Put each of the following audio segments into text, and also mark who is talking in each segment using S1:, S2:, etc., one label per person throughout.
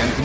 S1: And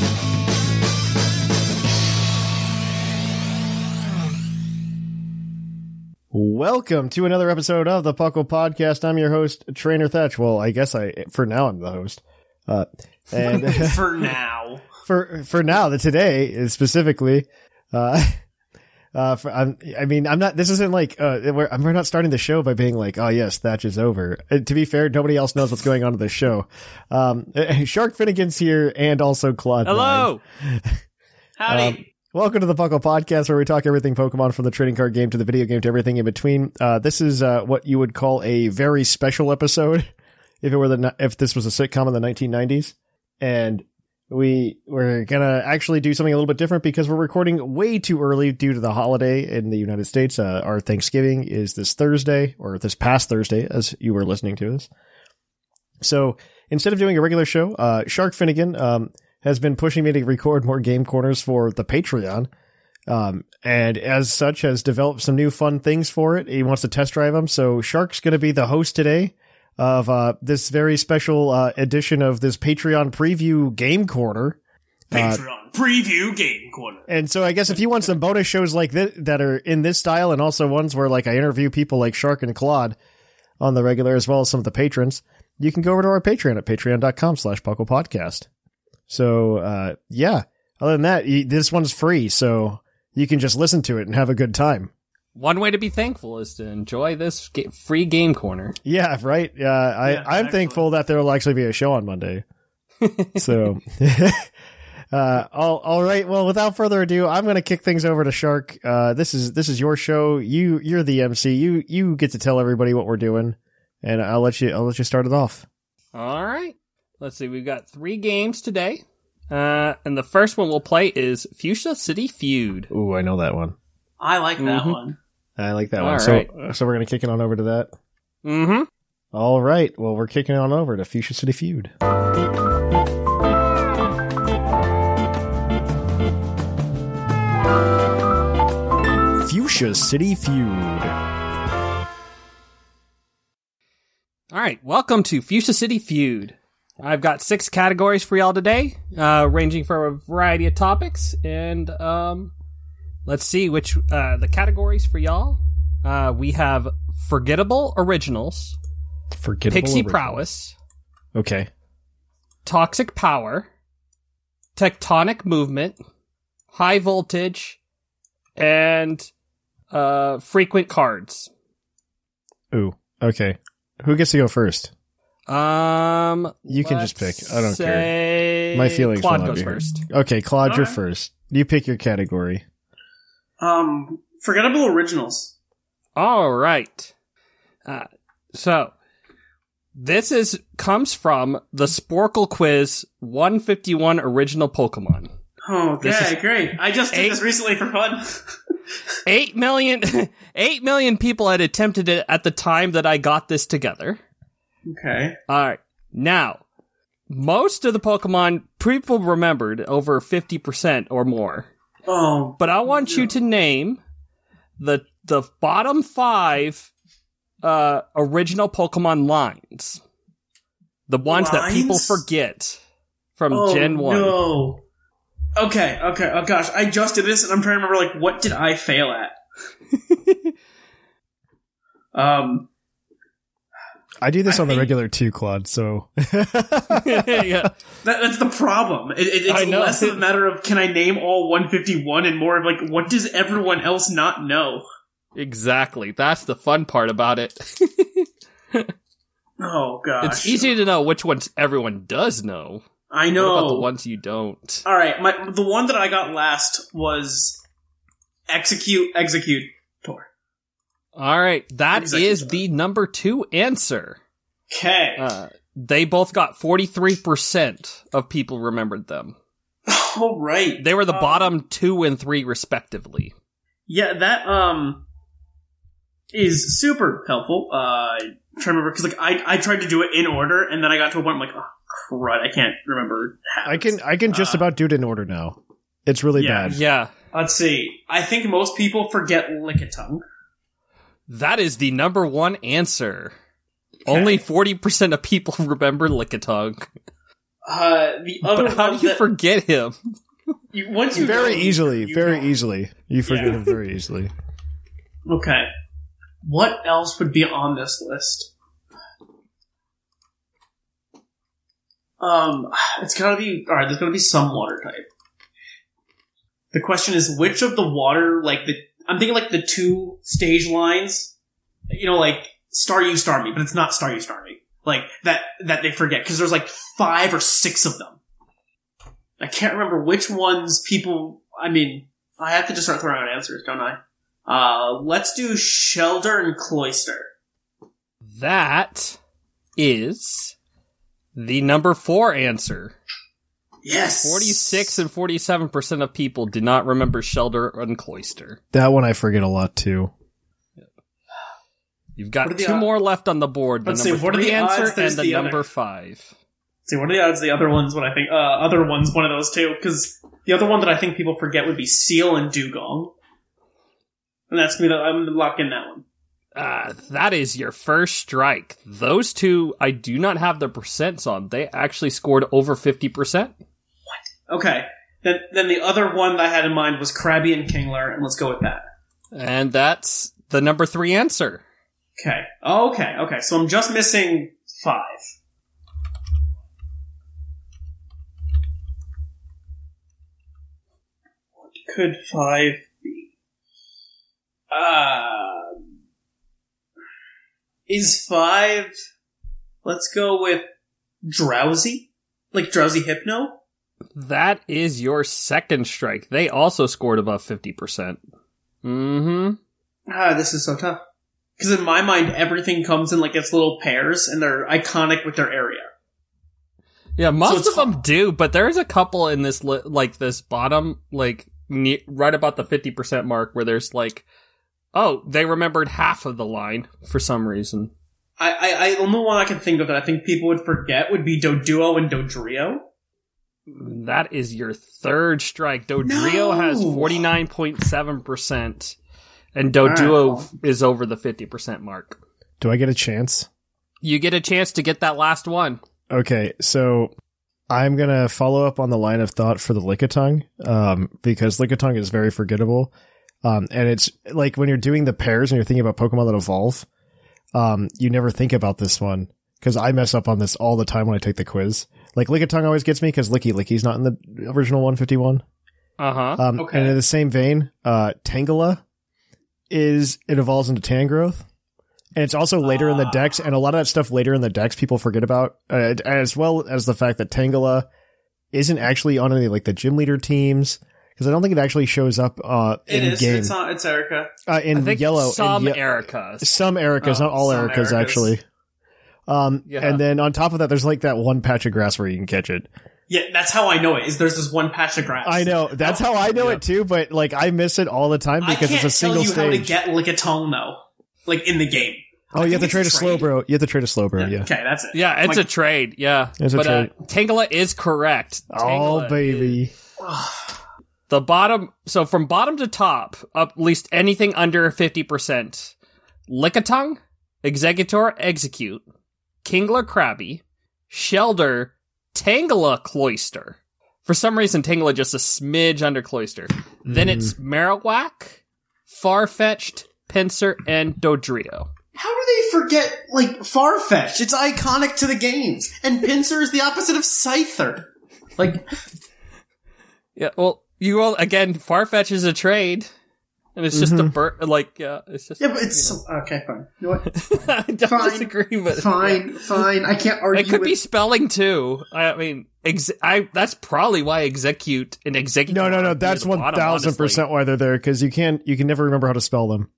S2: Welcome to another episode of the Puckle Podcast. I'm your host, Trainer Thatch. Well, I guess I for now I'm the host. Uh, and
S3: for now.
S2: for for now, the today is specifically. Uh, uh, for, I'm, I mean, I'm not. This isn't like uh, we're, we're not starting the show by being like, "Oh yes, Thatch is over." Uh, to be fair, nobody else knows what's going on in the show. Um, Shark Finnegan's here, and also Claude. Nine.
S3: Hello. Howdy.
S2: Welcome to the Puckle Podcast, where we talk everything Pokemon from the trading card game to the video game to everything in between. Uh, this is uh, what you would call a very special episode, if it were the ni- if this was a sitcom in the 1990s, and we we're gonna actually do something a little bit different because we're recording way too early due to the holiday in the United States. Uh, our Thanksgiving is this Thursday, or this past Thursday, as you were listening to this. So instead of doing a regular show, uh, Shark Finnegan um, has been pushing me to record more game corners for the Patreon. Um, and as such, has developed some new fun things for it. He wants to test drive them. So Shark's going to be the host today of uh, this very special uh, edition of this Patreon preview game corner.
S4: Uh,
S3: Patreon preview game corner.
S2: And so I guess if you want some bonus shows like this that are in this style and also ones where like I interview people like Shark and Claude on the regular as well as some of the patrons, you can go over to our Patreon at patreon.com slash Puckle Podcast. So uh yeah. Other than that, you, this one's free, so you can just listen to it and have a good time.
S4: One way to be thankful is to enjoy this ga- free game corner.
S2: Yeah, right. Uh, I, I'm
S3: Yeah, exactly.
S2: thankful that there will actually be a show on Monday. so, uh, all, all right. Well, without further ado, I'm going to kick things over to Shark. Uh, this is this is your show. You you're the MC. You you get to tell everybody what we're doing, and I'll let you I'll let you start it off.
S4: All right. Let's see. We've got three games today. Uh, and the first one we'll play is Fuchsia City Feud.
S2: Ooh, I know that one.
S3: I like that
S4: Mhm.
S3: one.
S2: I like that
S4: All
S2: one. So
S4: right.
S2: so we're going to kick it on over to that.
S4: Mm-hmm.
S2: All right. Well, we're kicking on over to Fuchsia City Feud. Fuchsia City Feud.
S4: All right. Welcome to Fuchsia City Feud. I've got six categories for y'all today, uh, ranging from a variety of topics. And um, let's see which uh, the categories for y'all. Uh, we have forgettable originals,
S2: Forgettable.
S4: pixie
S2: original.
S4: prowess,
S2: Okay.
S4: toxic power, tectonic movement, high voltage, and uh, frequent cards.
S2: Ooh. Okay. Who gets to go first?
S4: Um,
S2: You can just
S4: let's
S2: pick. I don't care.
S4: say
S2: My feelings
S4: Eh, Claude
S2: will not
S4: goes
S2: be hurt.
S4: first.
S2: Okay, Claude, you're
S3: Alright.
S2: first. You pick your category.
S3: Um, forgettable originals.
S4: All right. Uh, so this is comes from the Sporkle Quiz 151 original Pokemon.
S3: Oh, Okay,
S4: This
S3: great. I just did
S4: Eight-
S3: this recently for fun.
S4: Eight million, eight million people had attempted it at the time that I got this together.
S3: okay.
S4: All right. Now, most of the Pokemon people remembered over 50% or more.
S3: Oh,
S4: But I want you to name the the bottom 5 uh original Pokemon lines. The ones that people
S3: Lines?
S4: forget from
S3: oh,
S4: Gen 1.
S3: No. Okay, okay. Oh gosh, I just did this, and I'm trying to remember. Like, what did I fail at? um.
S2: I do this
S3: I
S2: on the
S3: mean-
S2: regular too, Claude. So
S4: yeah.
S3: That, that's the problem. It, it,
S4: I
S3: it's
S4: know.
S3: less of a matter of can I name all 151 and more of like what does everyone else not know?
S4: Exactly. That's the fun part about it.
S3: Oh gosh,
S4: it's easy to know which ones everyone does know.
S3: I
S4: What about
S3: know.
S4: the ones you don't?
S3: all right, my the one that I got last was execute execute tour.
S4: All right. that is
S3: Exactly.
S4: the number two answer.
S3: Okay.
S4: Uh, they both got 43% of people remembered them.
S3: all right.
S4: They were the
S3: Um,
S4: bottom two and three, respectively.
S3: Yeah, that um is super helpful. Uh, I'm trying to remember because like I I tried to do it in order and then I got to a point I'm like oh crud I can't remember. Half
S2: I
S3: of
S2: can I can just
S3: Uh,
S2: about do it in order now. It's really
S3: yeah.
S2: bad.
S4: Yeah.
S3: Let's see. I think most people forget Lickitung.
S4: That is the number one answer. Only 40% of people remember Lickitung.
S3: Uh, the other
S4: But how
S3: one
S4: do you
S3: that-
S4: forget him?
S3: you- once you
S2: Very
S3: know,
S2: easily,
S3: you
S2: very
S3: know.
S2: easily. You forget
S3: Yeah.
S2: them very easily.
S3: Okay. What else would be on this list? Um, it's gotta be all right. There's gotta be some water type. The question is, which of the water, like the, I'm thinking like the two stage lines, you know, like star you star me, but it's not star you star me. Like that that they forget because there's like five or six of them. I can't remember which ones people. I mean, I have to just start throwing out answers, don't I? Uh, let's do Shelter and Cloister.
S4: That is the number four answer.
S3: Yes,
S4: 46 and 47% of people did not remember Shelter and Cloister.
S2: That one I forget a lot too.
S4: You've
S3: What are
S4: got
S3: the
S4: two
S3: od-
S4: more left on the board. The
S3: Let's
S4: number
S3: see, what are
S4: three
S3: the odds
S4: answer
S3: there's
S4: and the,
S3: the other?
S4: number five.
S3: See, what are the odds the other one's what I think? Uh, other one's one of those two, because the other one that I think people forget would be Seal and Dugong. And that's me, I'm gonna lock in that one.
S4: Uh, that is your first strike. Those two, I do not have the percents on. They actually scored over 50%.
S3: Okay. Then, then the other one that I had in mind was Krabby and Kingler, and let's go with that.
S4: And that's the number three answer.
S3: Okay. Oh, Okay, okay. So I'm just missing five. What could five be? Um, is five. Let's go with drowsy? Like drowsy hypno?
S4: That is your second strike. They also scored above 50%. Mm
S3: Ah, this is so tough. Because in my mind, everything comes in like its little pairs, and they're iconic with their area.
S4: hmm. Yeah,
S3: So
S4: most
S3: it's
S4: of them do, but there's a couple in this, li- like, this bottom, like, ne- right about the 50% mark where there's like, oh, they remembered half of the line for some reason.
S3: I, I, I the only one I can think of that I think people would forget would be Doduo and Dodrio.
S4: That is your third strike. Dodrio
S3: No!
S4: has 49.7%, and Doduo is over the 50% mark.
S2: Do I get a chance?
S4: You get a chance to get that last one.
S2: Okay, so I'm gonna follow up on the line of thought for the Lickitung, um, because Lickitung is very forgettable. Um, and it's like when you're doing the pairs and you're thinking about Pokemon that evolve, um, you never think about this one because I mess up on this all the time when I take the quiz. Like Lickitung always gets me because Licky Licky's not in the original 151.
S4: Uh huh.
S2: Um,
S3: Okay.
S2: And in the same vein, uh, Tangela is it evolves into Tangrowth, and it's also later in the
S3: Ah.
S2: decks, and a lot of that stuff later in the decks people forget about, uh, as well as the fact that Tangela isn't actually on any like the gym leader teams because I don't think it actually shows up uh,
S3: It
S2: in
S3: is.
S2: game
S3: It's not. It's Erica.
S2: uh, in
S4: I think
S2: yellow. in
S4: Some
S2: ye-
S4: Erica's.
S2: some Erica's,
S3: Oh,
S2: not all
S3: some
S2: Erica's,
S3: Erica's.
S2: actually. Um,
S4: Yeah.
S2: and then on top of that, there's like that one patch of grass where you can catch it.
S3: Yeah, that's how I know it. Is there's this one patch of grass?
S2: I know that's how I know
S4: Yeah.
S2: it too, but like I miss it all the time
S3: I
S2: because
S3: can't
S2: it's a single
S3: tell you
S2: stage.
S3: how to get Lickitung though, like in the game.
S2: Oh, you have to
S3: think
S2: trade a
S3: it's
S2: slow
S3: trade.
S2: bro. You have to trade a slow bro. Yeah.
S3: Okay, that's it.
S4: Yeah, it's a trade. Yeah.
S2: It's a
S4: but
S2: trade.
S4: Uh, Tangela is correct.
S2: Oh
S4: Tangela is-
S2: baby.
S4: The bottom, so from bottom to top, up at least anything under 50%. Lickitung, Executor, Execute, Kingler, Krabby, Shelder, Tangela, Cloister. For some reason, Tangela just a smidge under Cloister. Then it's Marowak, Farfetched, Pincer, and Dodrio.
S3: How do they forget, like, Farfetch? It's iconic to the games. And Pincer is the opposite of Scyther. Like,
S4: Yeah, well, you all again. Farfetch is a trade, and it's just a bur- like uh, it's just.
S3: yeah, but it's. Okay, fine. You know what?
S4: I don't
S3: fine.
S4: disagree, but
S3: Fine, fine. I can't argue
S4: It could
S3: with
S4: be spelling too. I mean, ex- I that's probably why execute and execute.
S2: No, no,
S4: are
S2: no.
S4: near
S2: That's
S4: the
S2: one
S4: bottom,
S2: thousand percent
S4: honestly.
S2: why they're there because you can't. You can never remember how to spell them.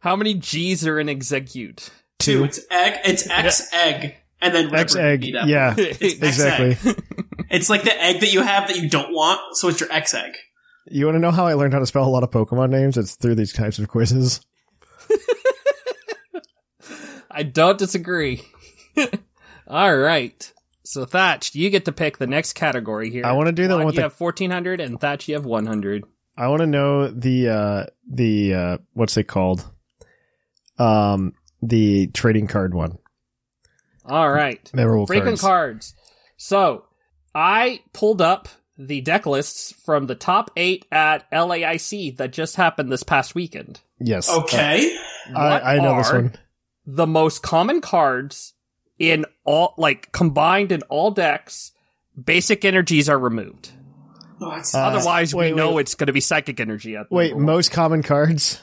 S4: How many G's are in execute?
S3: two. It's egg. It's X egg, and then
S2: X
S3: whatever
S2: egg.
S3: you beat up.
S2: Yeah,
S3: It's X
S2: exactly.
S3: egg. It's like the egg that you have that you don't want, so it's your X egg.
S2: You want to know how I learned how to spell a lot of Pokemon names? It's through these types of quizzes.
S4: I don't disagree. All right. So Thatch, you get to pick the next category here.
S2: I want to do the
S4: Vaughn,
S2: one with
S4: you
S2: the.
S4: have fourteen hundred, and Thatch, you have one hundred.
S2: I want to know the uh the uh what's it called? Um, the trading card one.
S4: All right.
S2: Memorable
S4: frequent
S2: cards.
S4: cards. So I pulled up the deck lists from the top eight at LAIC that just happened this past weekend.
S2: Yes.
S3: Okay.
S4: What
S2: I, I know this
S4: are
S2: one.
S4: The most common cards in all, like combined in all decks, basic energies are removed.
S3: Oh, it's-
S2: Uh,
S4: Otherwise,
S2: wait,
S4: we know
S2: wait.
S4: it's going to be psychic energy. At
S2: Wait,
S4: number one.
S2: most common cards.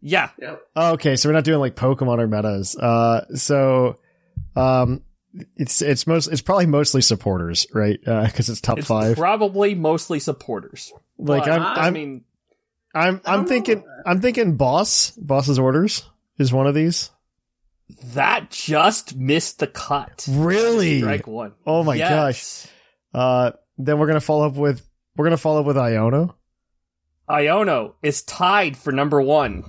S4: yeah,
S2: Oh, okay, so we're not doing like Pokemon or metas. Uh, so, um, it's it's most it's probably mostly supporters, right? Because it's top
S4: it's
S2: five.
S4: probably mostly supporters.
S2: like
S4: But,
S2: I'm,
S4: I
S2: I'm
S4: mean,
S2: I'm I'm thinking I'm thinking boss boss's orders is one of these.
S4: that just missed the cut.
S2: Really?
S4: Strike one.
S2: Oh my
S4: Yes.
S2: gosh. Uh, then we're gonna follow up with we're gonna follow up with Iono.
S4: Iono is tied for number one.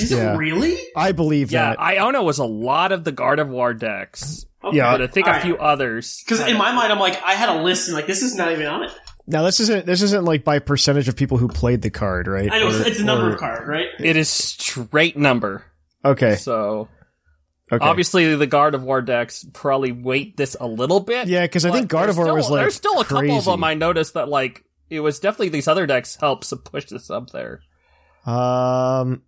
S3: is
S2: yeah.
S3: it really?
S2: I believe
S4: Yeah,
S2: that.
S4: Iono was a lot of the Gardevoir decks,
S3: Okay.
S2: Yeah.
S4: but I think a few others.
S3: Because in my mind, I'm like, I had a list, and like, this is not even on it.
S2: now this isn't this isn't like by percentage of people who played the card, right?
S3: I know it's,
S2: Or-
S3: it's a number
S2: or-
S3: of card, right?
S4: It is straight number.
S2: Okay.
S4: So
S2: Okay.
S4: obviously the Gardevoir decks probably weight this a little bit.
S2: Yeah, 'cause I
S4: but
S2: think Gardevoir
S4: there's still,
S2: was, like,
S4: there's still a couple of
S2: crazy.
S4: them I noticed that like it was definitely these other decks helps to push this up there.
S2: Um,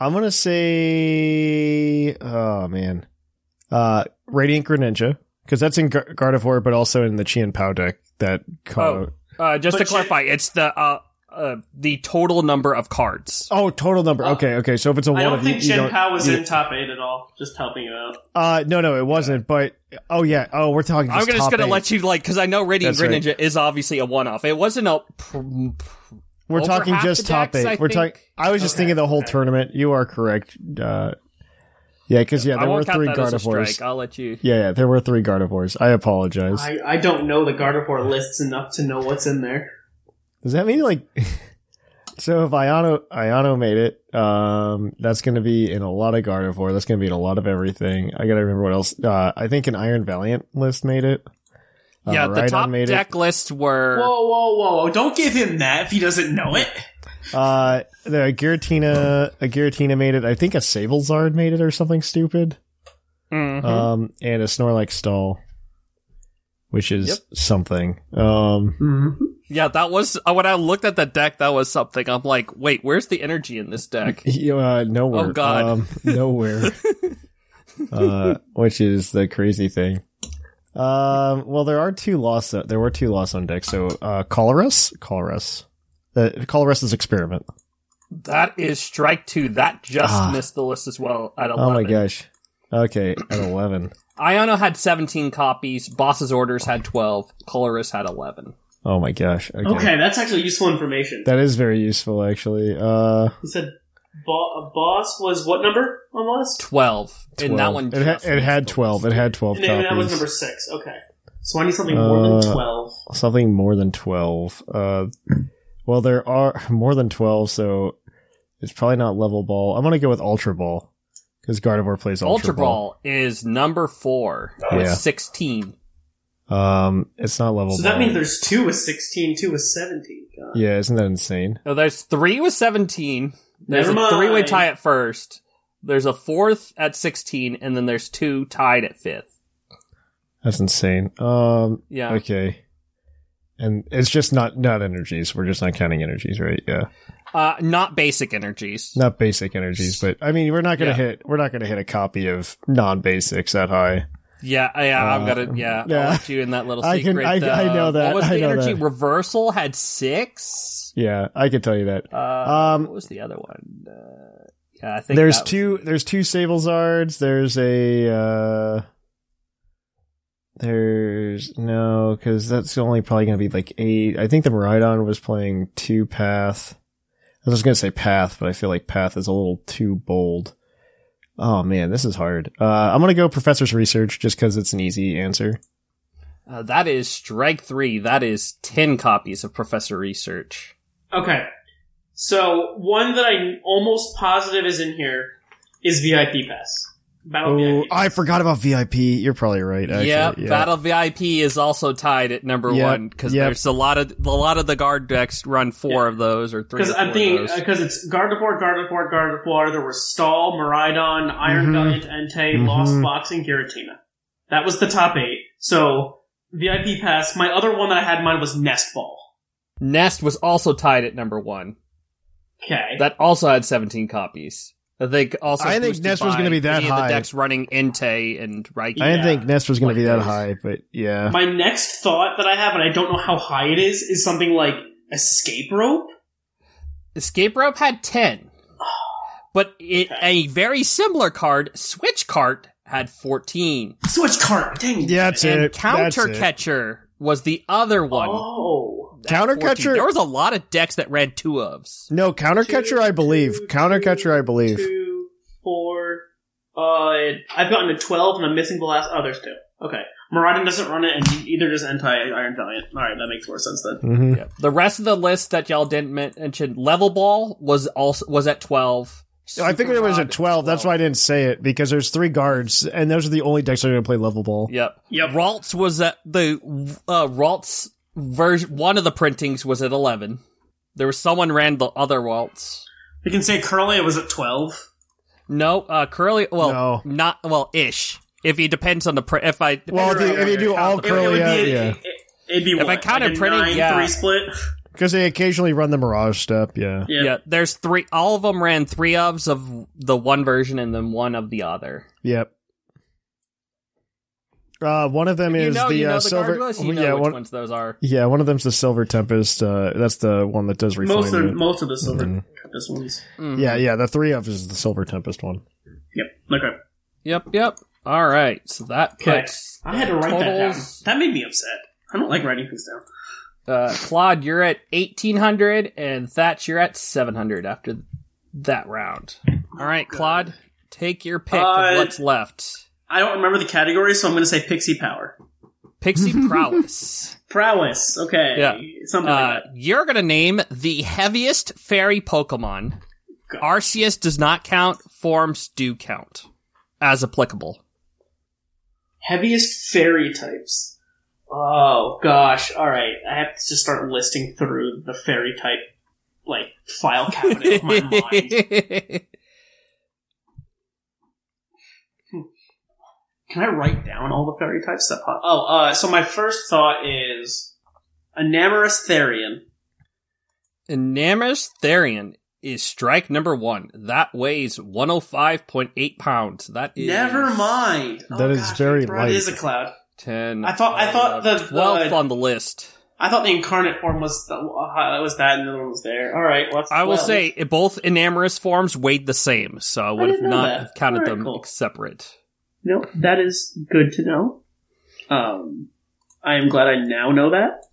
S2: I'm gonna say, oh man, uh, Radiant Greninja because that's in Gar- Gardevoir, but also in the Chien Pao deck. That card.
S4: Uh, just to
S3: But you-
S4: clarify, it's the uh, uh, the total number of cards.
S2: Oh, total number.
S4: Uh,
S2: okay, okay. So if it's a
S3: I
S2: one
S3: don't
S2: of
S3: think
S2: you, you
S3: Chen
S2: don't,
S3: Pao was
S2: you-
S3: in top eight at all. Just helping you out.
S2: Uh, no, no, it wasn't. But oh yeah, oh we're talking.
S4: I'm
S2: Just
S4: gonna- just
S2: top
S4: gonna
S2: eight.
S4: let you like because I know Radiant
S2: That's right.
S4: Greninja is obviously a one off. It wasn't a pr- pr-
S2: We're
S4: over
S2: talking
S4: half
S2: just
S4: the
S2: top
S4: decks,
S2: eight.
S4: I
S2: we're talking.
S4: think.
S2: I was just thinking the whole tournament. You are correct. Uh, yeah, because yeah,
S4: I
S2: there
S4: won't
S2: were
S4: count
S2: three
S4: that as a
S2: Gardevoirs.
S4: strike. I'll let you.
S2: Yeah, yeah, there were three Gardevoirs. I apologize.
S3: I, I don't know the Gardevoir lists enough to know what's in there.
S2: Does that mean like so if Iano Iano made it, um that's gonna be in a lot of Gardevoir, that's gonna be in a lot of everything. I gotta remember what else. Uh I think an Iron Valiant list made it. Uh,
S4: Yeah, the
S2: Rhydon
S4: top
S2: made
S4: deck lists were.
S3: Whoa, whoa, whoa! Don't give him that if he doesn't know it.
S2: it. Uh the Giratina a Giratina made it. I think a Sablezard made it or something stupid.
S4: Mhm.
S2: Um and a Snorlax stall. Which is
S4: Yep.
S2: something. Um
S4: Yeah, that was uh, when I looked at the deck. That was something. I'm like, wait, where's the energy in this deck?
S2: You, uh, nowhere.
S4: Oh, God.
S2: Um, nowhere. uh, which is the crazy thing. Um, well, there are two loss. There were two loss on deck. So, uh, Colorus, Colorus, uh, Colorus's experiment.
S4: That is strike two. That just
S2: Ah.
S4: missed the list as well at 11.
S2: Oh my gosh. Okay, at eleven.
S4: Iono had 17 copies. Boss's Orders had 12. Colorus had 11.
S2: Oh my gosh. Okay.
S3: Okay, that's actually useful information.
S2: That is very useful, actually. Uh,
S3: He said bo- boss was what number on the list?
S4: 12. And that
S2: 12.
S4: one
S2: It, ha-
S4: just
S2: it
S4: missed
S2: had
S4: the
S2: twelve.
S4: list.
S2: It had twelve
S3: And then that was
S2: copies.
S3: number six. Okay. So I need something more
S2: Uh,
S3: than 12.
S2: something more than 12 uh well there are more than 12 so it's probably not level ball i'm gonna go with ultra ball because gardevoir plays ultra,
S4: Ultra Ball is number four with
S2: Yeah.
S4: 16.
S2: ball um it's not level
S3: So
S2: ball
S3: that means there's two with 16, two with 17. God.
S2: yeah isn't that insane
S4: No, there's three with 17. There's
S3: Never
S4: a three way
S3: mind.
S4: tie at first. There's a fourth at 16, and then there's two tied at fifth.
S2: that's insane um
S4: Yeah.
S2: okay And it's just not not energies. We're just not counting energies, right? Yeah,
S4: Uh, not basic energies.
S2: not basic energies, but I mean, we're not gonna
S4: Yeah.
S2: hit we're not gonna hit a copy of non basics that high.
S4: Yeah, I- yeah, I'm gonna. Yeah,
S2: Uh, yeah.
S4: I'll let you in that little
S2: I can-
S4: secret. uh,
S2: I- I know that,
S4: What was
S2: I
S4: the
S2: know
S4: energy
S2: that.
S4: reversal had six? Uh,
S2: Yeah, I can tell you that.
S4: What
S2: um,
S4: was the other one? Uh, yeah, I think
S2: there's
S4: that was-
S2: two there's two Sablezards. There's a uh, there's no because that's only probably gonna be like eight. I think the Maridon was playing two path. I was gonna say path, but I feel like path is a little too bold. Oh man, this is hard. Uh, I'm gonna go professor's research just because it's an easy answer.
S4: Uh, that is strike three. That is ten copies of Professor Research.
S3: Okay. So one that I'm almost positive is in here is VIP Pass. Battle
S2: Oh,
S3: VIP.
S2: I forgot about VIP. You're probably right. Actually.
S4: yeah,
S2: yeah.
S4: Battle VIP is also tied at number
S2: Yep,
S4: one because
S2: yep.
S4: there's a lot of a lot of the guard decks run four of those or three.
S3: Because
S4: or
S3: I'm
S4: four
S3: thinking
S4: of those.
S3: because it's Gardevoir, Gardevoir, Gardevoir. There were Stall, Maridon,
S2: Mm-hmm.
S3: Iron Valiant, Entei, Lost
S2: Mhm.
S3: Fox, and Giratina. That was the top eight. So VIP Pass. My other one that I had in mind was Nest Ball.
S4: Nest was also tied at number one.
S3: Okay.
S4: That also had 17 copies. I think also.
S2: I think
S4: boosted
S2: Nest was
S4: by
S2: gonna be that
S4: any of the
S2: high.
S4: decks running Entei and Raiki.
S2: I didn't
S3: Yeah.
S2: think Nest was going
S4: Like
S2: to be that
S4: those.
S2: high, but yeah.
S3: My next thought that I have, and I don't know how high it is, is something like Escape Rope.
S4: Escape Rope had 10. But it, a very similar card, Switch Cart, had 14.
S3: Switch cart. Dang. it.
S2: yeah, that's
S4: and
S2: it. That's
S4: Counter
S2: it.
S4: Catcher was the other one.
S3: Oh.
S4: at
S2: Counter
S4: 14.
S2: Catcher-
S4: There was a lot of decks that ran two ofs.
S2: No, counter catcher, I believe. Counter catcher, I believe.
S3: Two, four. Uh, I've gotten to twelve, and I'm missing the last. Oh, there's two. Okay, Maradon doesn't run it, and either does Entei Iron Valiant. All right, that makes more sense then.
S2: hmm
S4: Yep. The rest of the list that y'all didn't mention, Level Ball was also was at 12.
S2: I figured it was
S4: Superrod
S2: at 12. That's why I didn't say it because there's three guards, and those are the only decks that are going to play level ball.
S4: Yep.
S3: Yep.
S4: Ralts was at the uh, Ralts version. One of the printings was at eleven. There was someone ran the other Ralts.
S3: We can say Curly was at twelve.
S4: No, uh, Curly. Well,
S2: No.
S4: not well. Ish. If he depends on the print. If I
S2: Well, if you, if you do all
S3: It- it would
S2: curly
S3: be-
S2: out,
S3: it-
S2: yeah.
S3: It, would be
S4: If I
S3: what,
S4: counted
S3: like a
S4: printing,
S3: nine,
S4: yeah.
S3: three split.
S2: Because they occasionally run the Mirage step, yeah.
S3: Yeah.
S4: yeah. there's three. All of them ran three ofs of the one version and then one of the other.
S2: Yep. Uh, one of them
S4: you
S2: is
S4: know,
S2: the,
S4: you know
S2: uh,
S4: the
S2: silver.
S4: guard list. You know
S2: yeah,
S4: which
S2: one,
S4: ones those are.
S2: yeah, one of them's the Silver Tempest. Uh, that's the one that does
S3: Most of
S2: refine.
S3: most of the silver
S2: Mm-hmm.
S3: this one's.
S2: Yeah, yeah, the three of is the Silver Tempest one.
S3: Yep. Okay.
S4: Yep. Yep. All right. So that
S3: Okay.
S4: puts.
S3: I had to write
S4: totals-
S3: that down. That made me upset. I don't like writing things down.
S4: Uh, Claude, you're at 1800, and Thatch, you're at 700 after that round. All right, Claude, take your pick
S3: Oh, Uh,
S4: of what's left.
S3: I don't remember the category, so I'm going to say Pixie Power.
S4: Pixie Prowess.
S3: Prowess. Okay.
S4: Yeah.
S3: Something
S4: Uh,
S3: like that.
S4: you're going to name the heaviest fairy Pokemon.
S3: God.
S4: Arceus does not count, forms do count as applicable.
S3: Heaviest fairy types. Oh gosh. All right. I have to just start listing through the fairy type like file cabinet of my mind. Can I write down all the fairy types that pop? Oh, uh, so my first thought is Enamorous Therian.
S4: Enamorous Therian is strike number one. That weighs 105.8 pounds. That is.
S3: Never mind.
S2: That is very
S3: that's right, It is a
S2: light.
S3: cloud.
S4: 10.
S3: I thought- I thought the-
S4: 12th
S3: the-
S4: on the list.
S3: I thought the incarnate form was the, uh, was that, and the other one was there. All right. What's
S4: I will
S3: 12?
S4: say it- both enamorous forms weighed the same, so I would have
S3: didn't know
S4: not
S3: that.
S4: have counted
S3: Alright,
S4: them
S3: cool.
S4: separate.
S3: No, that is good to know. Um, I am glad I now know that.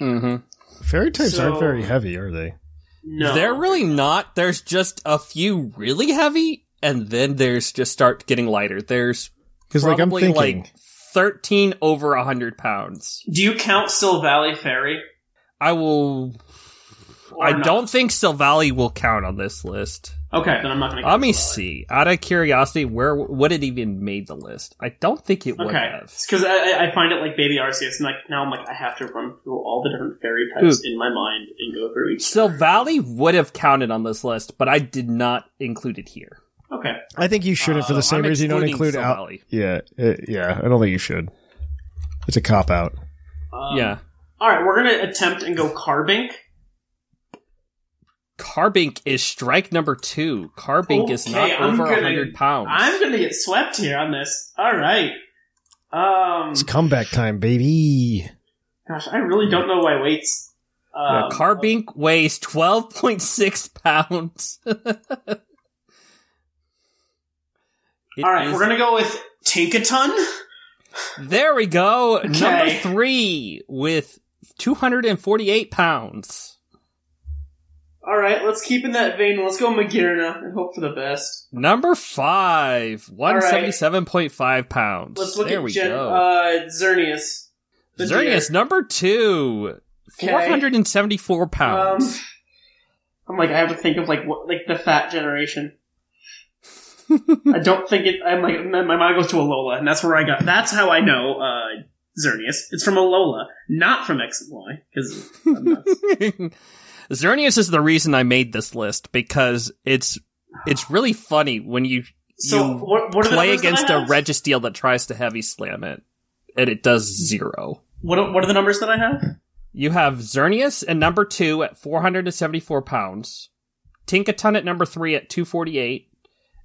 S4: Mm-hmm.
S2: Fairy types aren't
S3: So-
S2: very heavy, are they?
S3: No,
S4: They're really not. There's just a few really heavy, and then there's just start getting lighter. There's
S2: Because, like, I'm
S4: probably
S2: thinking.
S4: like 13 over 100 pounds.
S3: Do you count Sil Valley Fairy?
S4: I will.
S3: or
S4: I
S3: not?
S4: don't think Silvally will count on this list.
S3: Okay, then I'm not going to.
S4: Let me see. Out of curiosity, where would it even made the list? I don't think it would
S3: Okay,
S4: have.
S3: because I, I- I find it like Baby Arceus, and like now I'm like I have to run through all the different fairy types in my mind and go through each.
S4: Still, Valley would have counted on this list, but I did not include it here.
S3: Okay,
S2: I think you shouldn't for
S4: Uh,
S2: the same
S4: I'm
S2: reason you don't
S4: excluding
S2: include
S4: Sil
S2: out.
S4: Valley.
S2: Yeah, uh, yeah. I don't think you should. It's a cop out.
S3: um,
S4: yeah,
S3: All right, we're gonna attempt and go carbink.
S4: Carbink is strike number two. Carbink is not
S3: Okay, I'm
S4: over
S3: gonna-
S4: 100 pounds.
S3: I'm gonna get swept here on this. All right. Um.
S2: It's comeback time, baby.
S3: Gosh, I really don't know my weights.
S4: Yeah,
S3: Um,
S4: Carbink weighs 12.6 pounds. It
S3: All right,
S4: is-
S3: we're gonna go with Tinkaton.
S4: There we go. Number
S3: Okay.
S4: three with 248 pounds.
S3: All right, let's keep in that vein. Let's go Magirna and hope for the best.
S4: Number five,
S3: right.
S4: 177.5 pounds.
S3: Let's look
S4: there
S3: at
S4: we
S3: Gen-
S4: go.
S3: uh, Xerneas. the
S4: Xerneas,
S3: deer.
S4: number two,
S3: Okay.
S4: 474
S3: Um,
S4: pounds.
S3: I'm like, I have to think of like what, like the fat generation. I don't think it. I'm like, my, my mind goes to Alola, and that's where I got. That's how I know uh, Xerneas. It's from Alola, not from X and Y, because I'm nuts. Um,
S4: Xerneas is the reason I made this list because it's it's really funny when you
S3: So
S4: you
S3: what, what are the
S4: play
S3: numbers that I
S4: against a
S3: have?
S4: Registeel that tries to heavy slam it, and it does zero.
S3: What are, what are the numbers that I have?
S4: You have Xerneas at number two at 474 pounds, Tinkaton at number three at 248,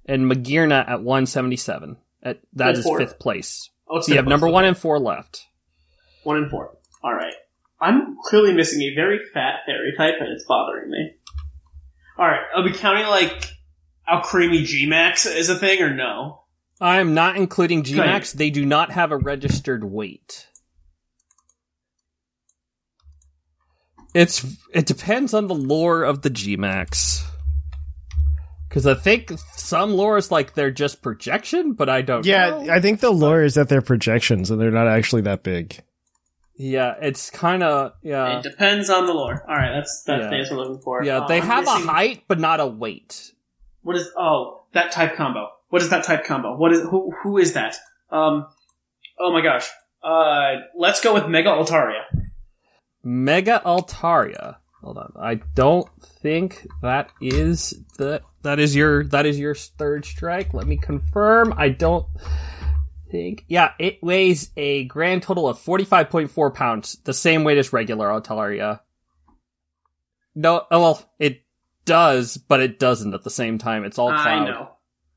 S4: and Magirna at 177. At, that
S3: That's
S4: is
S3: four.
S4: fifth place.
S3: Oh, it's
S4: So you have
S3: fifth
S4: number
S3: place.
S4: one and four left.
S3: One and four. All right. I'm clearly missing a very fat fairy type, and it's bothering me. All right. Are we counting like Alcremie G Max as a thing or no?
S4: I am not including GMAX. They do not have a registered weight. It's it depends on the lore of the GMAX. Because I think some lore is like they're just projection, but I don't.
S2: Yeah,
S4: know.
S2: I think the lore is that they're projections and they're not actually that big.
S4: yeah, it's kind of yeah,
S3: it depends on the lore. All right. That's that's
S4: Uh, Yeah.
S3: the answer we're looking for.
S4: yeah.
S3: Uh,
S4: They
S3: I'm
S4: have
S3: missing-
S4: a height, but not a weight.
S3: What is? Oh, that type combo. What is that type combo? What is who? Who is that? Um. Oh my gosh. Uh, let's go with Mega Altaria.
S4: Mega Altaria. Hold on, I don't think that is the that is your that is your third strike. Let me confirm. I don't think. Yeah, it weighs a grand total of forty five point four pounds, the same weight as regular Altaria. No, oh, well, it does, but it doesn't at the same time. It's all cloud.
S3: I know.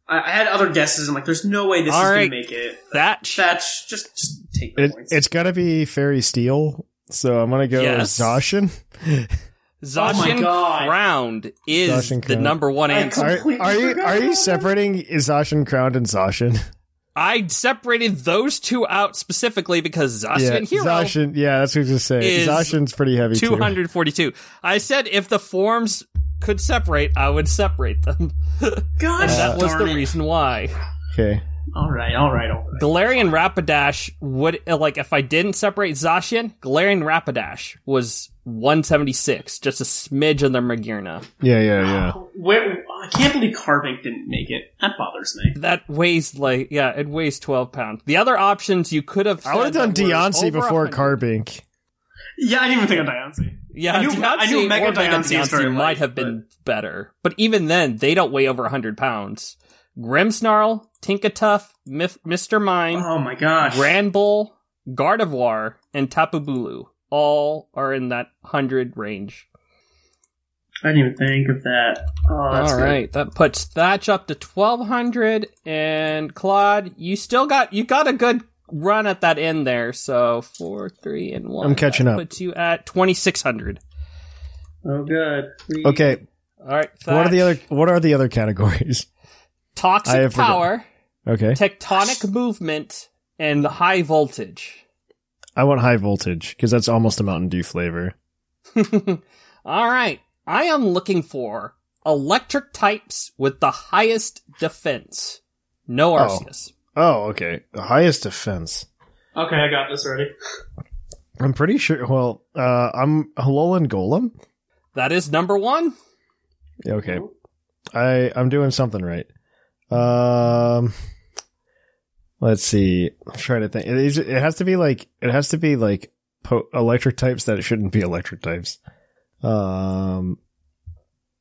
S3: I, I had other guesses. I'm like, there's no way this
S4: All
S3: is
S4: right.
S3: gonna make it.
S4: Thatch.
S3: That's just just take the
S2: It,
S3: points.
S2: it's got to be fairy steel, so I'm gonna go
S4: Yes.
S2: exhaustion.
S3: Oh my
S4: Zacian
S3: God.
S4: Crowned is
S2: Zacian
S4: the
S2: Crowned.
S4: number one
S3: I
S4: answer.
S2: Are,
S3: Completely
S2: are you
S3: forgot
S2: are
S3: about
S2: you
S3: that.
S2: separating Exhaustion Crowned and Zacian?
S4: I separated those two out specifically because
S2: Yeah,
S4: Zacian Hero
S2: Zacian. Yeah, that's what I was gonna say.
S4: is
S2: Zacian's pretty heavy too.
S4: 242. I said if the forms could separate, I would separate them.
S2: Uh,
S3: Gosh,
S4: that Uh, was
S3: darn
S4: the
S3: it.
S4: reason why.
S2: Okay.
S3: All right, all right, all right.
S4: Galarian Rapidash would like if I didn't separate Zacian, Galarian Rapidash was 176, just a smidge under Magirna.
S2: Yeah, yeah, yeah.
S3: Where I can't believe Carving didn't make it. That bothers me.
S4: That weighs like yeah, it weighs 12 pounds. The other options you could have
S2: I would have
S4: said
S2: done
S4: that were
S2: Deonce
S4: over
S2: before
S4: 100.
S2: Carbink.
S3: Yeah, I didn't even think of Diancie.
S4: Yeah,
S3: I knew-
S4: Deontay
S3: I knew Mega
S4: or Mega
S3: Deontay is
S4: Deontay
S3: very
S4: might
S3: light,
S4: have been better, but even then, they don't weigh over 100 pounds. Grimmsnarl, Tinkatuff, Mif- Mr. Mime,
S3: Oh my gosh.
S4: Granbull, Gardevoir, and Tapu Bulu all are in that 100 range.
S3: I didn't even think of that. Oh, that's
S4: all
S3: good.
S4: right, that puts Thatch up to 1200, and Claude, you still got you got a good run at that end there. So four, three, and one.
S2: I'm catching
S4: That
S2: up.
S4: Puts you at 2600.
S3: Oh, good. We-
S2: Okay.
S4: All right,
S2: What are the
S4: Thatch.
S2: other What are the other categories? I
S4: toxic
S2: have forgotten.
S4: power,
S2: Okay.
S4: tectonic movement, and high voltage.
S2: I want high voltage because that's almost a Mountain Dew flavor.
S4: All right, I am looking for electric types with the highest defense. No Arceus.
S2: Oh, okay. The highest defense.
S3: Okay, I got this already.
S2: I'm pretty sure. Well, uh, I'm Halolan Golem.
S4: That is number one.
S2: Yeah, Okay, I I'm doing something right. Um, let's see. I'm trying to think. It, is- it has to be like it has to be like po- electric types that shouldn't be electric types. Um.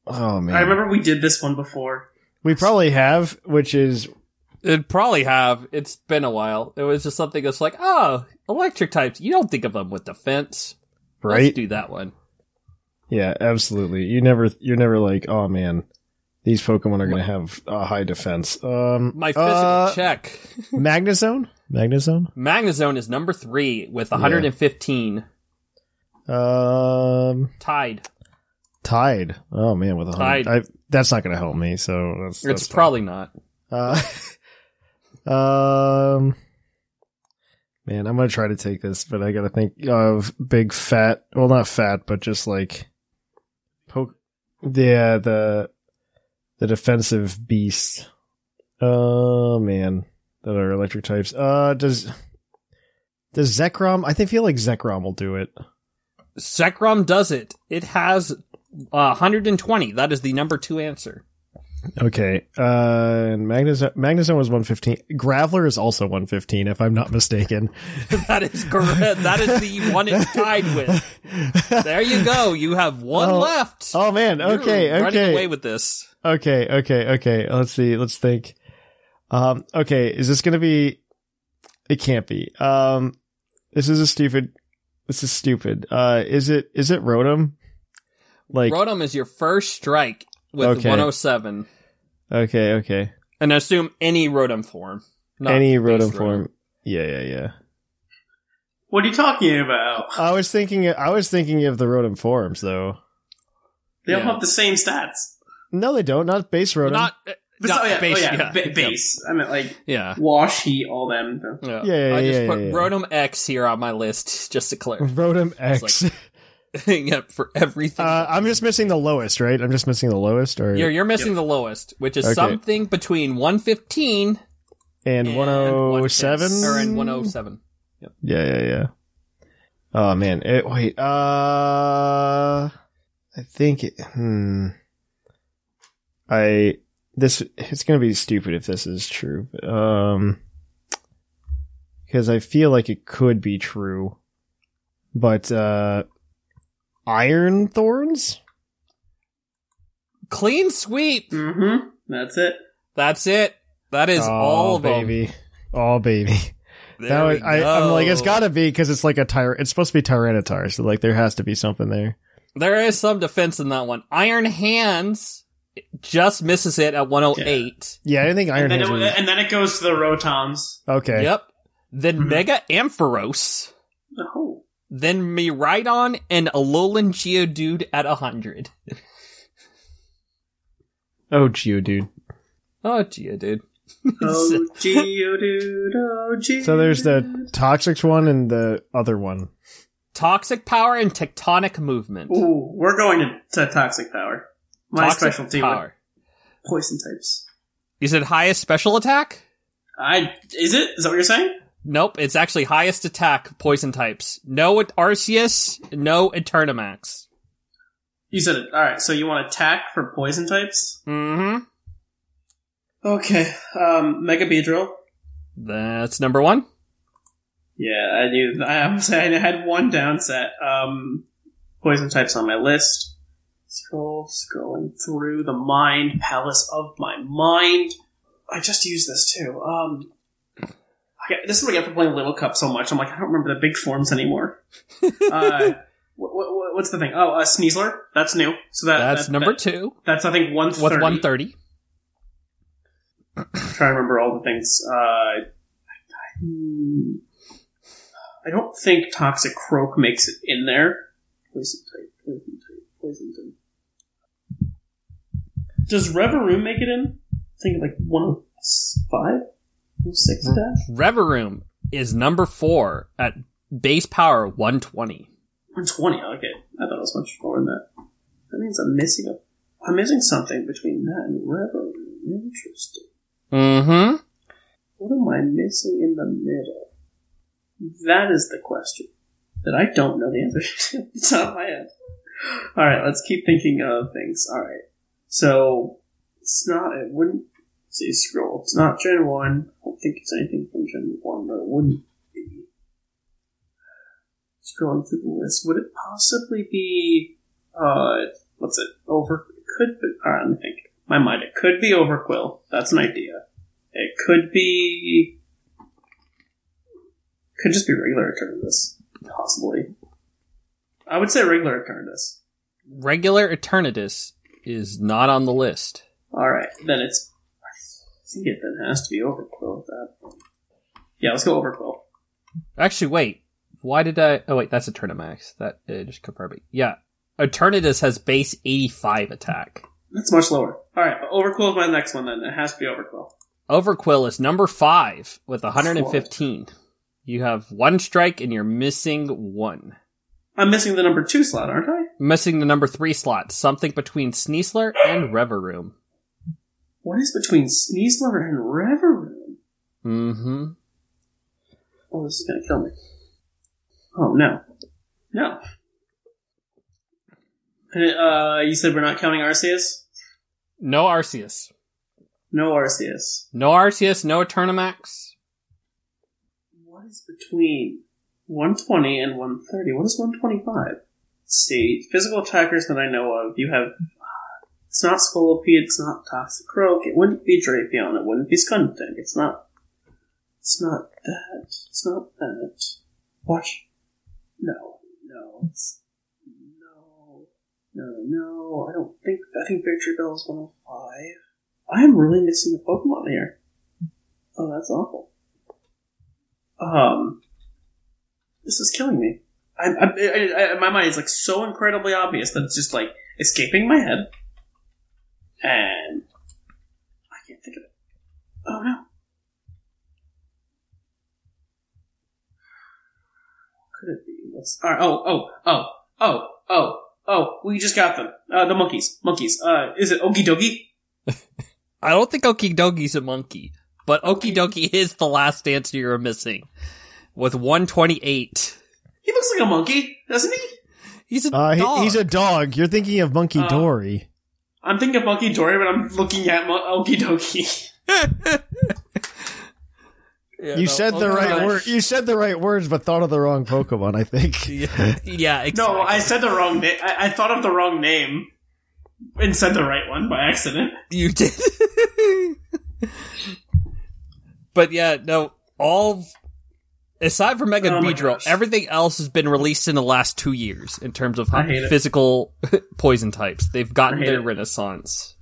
S2: Oh man,
S3: I remember we did this one before.
S2: we probably have, which is
S4: It'd probably have. It's been a while. It was just something that's like, oh, electric types. You don't think of them with defense.
S2: right?
S4: Let's do that one.
S2: yeah, absolutely. You never, you're never like, oh man, these Pokemon are going to have a high defense. Um,
S4: My physical
S2: uh,
S4: check.
S2: Magnezone, Magnezone.
S4: Magnezone is number three with 115
S2: Um,
S4: tied.
S2: Tide. Oh man, with a hundred.
S4: Tide.
S2: I- That's not going to help me. So that's, that's
S4: it's
S2: fine.
S4: probably not.
S2: Uh, um, man, I'm gonna try to take this, but I gotta think of big fat. Well, not fat, but just like poke. Yeah, the the defensive beast. Oh man, that are electric types. Uh, does does Zekrom? I think feel like Zekrom will do it.
S4: Zekrom does it. It has uh, 120. That is the number two answer.
S2: Okay. Uh, and Magnezone, Magnezone was 115. Graveler is also 115, if I'm not mistaken.
S4: That is correct. that is the one it's tied with. There you go. You have one
S2: Oh.
S4: left.
S2: Oh man.
S4: You're
S2: Okay.
S4: Running
S2: okay.
S4: away with this.
S2: okay. Okay. Okay. Let's see. Let's think. Um, okay. Is this going to be, it can't be. Um, this is a stupid, this is stupid. Uh, is it, is it Rotom? Like,
S4: Rotom is your first strike with
S2: Okay.
S4: 107,
S2: okay. Okay.
S4: and assume any Rotom form. not
S2: Any
S4: base
S2: Rotom form. Yeah. Yeah. Yeah.
S3: What are you talking about?
S2: I was thinking, I was thinking of the Rotom forms though.
S3: They all
S4: Yeah.
S3: have the same stats.
S2: No, they don't. Not base Rotom.
S4: Not, uh, not
S3: oh, yeah,
S4: base.
S3: oh, yeah,
S4: yeah.
S3: ba- base. I meant like
S4: Yeah.
S3: Wash, Heat, all them.
S4: Yeah.
S2: Yeah, yeah,
S4: I just
S2: yeah,
S4: put
S2: yeah, yeah.
S4: Rotom X here on my list just to clarify.
S2: Rotom X.
S4: like- yep, for everything.
S2: uh, I'm just missing the lowest, right? I'm just missing the lowest, or
S4: you're, you're missing the lowest, which is
S2: Okay.
S4: something between 115
S2: and
S4: and oh,
S2: 107
S4: Or in 107.
S2: Yeah, yeah, yeah. Oh man, it, wait. Uh, I think it, hmm. I this it's gonna be stupid if this is true. but, Um, because I feel like it could be true, but uh, Iron Thorns.
S4: Clean sweep.
S3: Mm-hmm. That's it.
S4: That's it. That is all of
S2: Oh, baby, all baby.
S4: them.
S2: Now
S4: There we
S2: I, I'm like, it's
S4: go.
S2: gotta be because it's like a tyrant. It's supposed to be Tyranitar, so like there has to be something there.
S4: There is some defense in that one. Iron Hands just misses it at 108.
S2: Yeah, I think Iron
S3: and,
S2: Hands.
S3: then
S2: was-
S3: it, and then it goes to the Rotoms.
S2: okay.
S4: Yep. Then
S3: Mm-hmm.
S4: Mega Ampharos.
S3: Oh.
S4: Then Miraidon and Alolan Geodude at 100.
S2: Oh, Geodude.
S4: Oh, Geodude.
S3: Oh, Geodude, oh, Geodude.
S2: So there's the Toxic one and the other one.
S4: Toxic Power and Tectonic Movement.
S3: Ooh, we're going to, to Toxic Power. My
S4: Toxic
S3: specialty with
S4: Power.
S3: poison types.
S4: Is it highest special attack?
S3: I Is it? Is that what you're saying?
S4: Nope, it's actually highest attack poison types. No Arceus, no Eternamax.
S3: You said it. Alright, so you want attack for poison types?
S4: Mm hmm.
S3: Okay, um, Mega Beedrill.
S4: That's number one.
S3: Yeah, I knew. I was saying I had one down set. Um, poison types on my list. Scroll, scrolling through the mind palace of my mind. I just used this too. Um, I got, this is what I get for playing Little Cup so much. I'm like, I don't remember the big forms anymore. uh, wh- wh- wh- what's the thing? Oh, uh, Sneasler. That's new. So that,
S4: That's
S3: that-
S4: number
S3: that-
S4: two
S3: That's I think one
S4: with 130.
S3: trying to remember all the things. Uh, I- I don't think Toxic Croak makes it in there. Poison type, poison type, poison type. Does Reverum make it in? I think like 105? 106 dash?
S4: Reverum is number four at base power 120.
S3: 120, okay. I thought it was much more than that. That means I'm missing a, I'm missing something between that and Reverum. Interesting.
S4: Mm-hmm.
S3: What am I missing in the middle? That is the question that I don't know the answer to. off the top of my head. All right, let's keep thinking of things. All right, so it's not. It wouldn't say scroll. It's not Gen One. I don't think it's anything from Gen One, but it wouldn't be. Scrolling through the list, would it possibly be? Uh, what's it? Over? It could be. All right, let me think. My mind. It could be Overquill. That's an idea. It could be. Could just be regular Eternatus, possibly. I would say regular Eternatus.
S4: Regular Eternatus is not on the list.
S3: All right, then it's. I think it then has to be Overquill at that point. Yeah, let's go Overquill.
S4: Actually, wait. Why did I? Oh, wait, that's Eternamax. That uh, just confirmed it. Yeah, Eternatus has base eighty-five attack.
S3: That's much lower. All right, but Overquill is my next one. Then it has to be Overquill.
S4: Overquill is number five with one hundred and fifteen. You have one strike and you're missing one.
S3: I'm missing the number two slot, aren't I?
S4: Missing the number three slot, something between Sneasler and Reveroom.
S3: What is between Sneasler and Reverie?
S4: Mm-hmm.
S3: Oh, this is gonna kill me. Oh no, no. Uh, you said we're not counting Arceus.
S4: No Arceus.
S3: No Arceus.
S4: No Arceus, no Eternamax.
S3: What is between 120 and 130? What is 125? See, physical attackers that I know of, you have. uh, It's not Scolipede, it's not Toxicroak, it wouldn't be Drapion, it wouldn't be Skuntank, it's not. It's not that. It's not that. Watch. No, no, it's. No. No, no, I don't think. I think Victory Bell is 105. I'm really missing a Pokemon here. Oh, that's awful. Um, this is killing me. I, I, I, I, my mind is like so incredibly obvious that it's just like escaping my head, and I can't think of it. Oh no! What could it be? What's, all right, oh, oh, oh, oh, oh, oh! We just got them. Uh, the monkeys, monkeys. Uh, is it Okie Dokie?
S4: I don't think Okidoki's a monkey, but Okidoki is the last answer you're missing with 128.
S3: He looks like a monkey, doesn't he?
S4: He's a
S2: Uh, he-
S4: dog.
S2: he's a dog. You're thinking of Monkey Dory.
S3: I'm thinking of Monkey Dory, but I'm looking at Mo- Okie Dokie.
S4: Yeah,
S2: You
S4: no,
S2: said the right
S3: gosh.
S2: word. You said the right words, but thought of the wrong Pokemon. I think.
S4: Okidoki- yeah, exactly.
S3: No, I said the wrong name. I-, I thought of the wrong name and said the right one by accident.
S4: You did. but yeah, no, all aside from Mega
S3: Oh my
S4: Beedrill,
S3: gosh.
S4: everything else has been released in the last two years in terms of
S3: I
S4: how-
S3: hate it.
S4: physical poison types. They've gotten
S3: I hate
S4: their
S3: it.
S4: renaissance.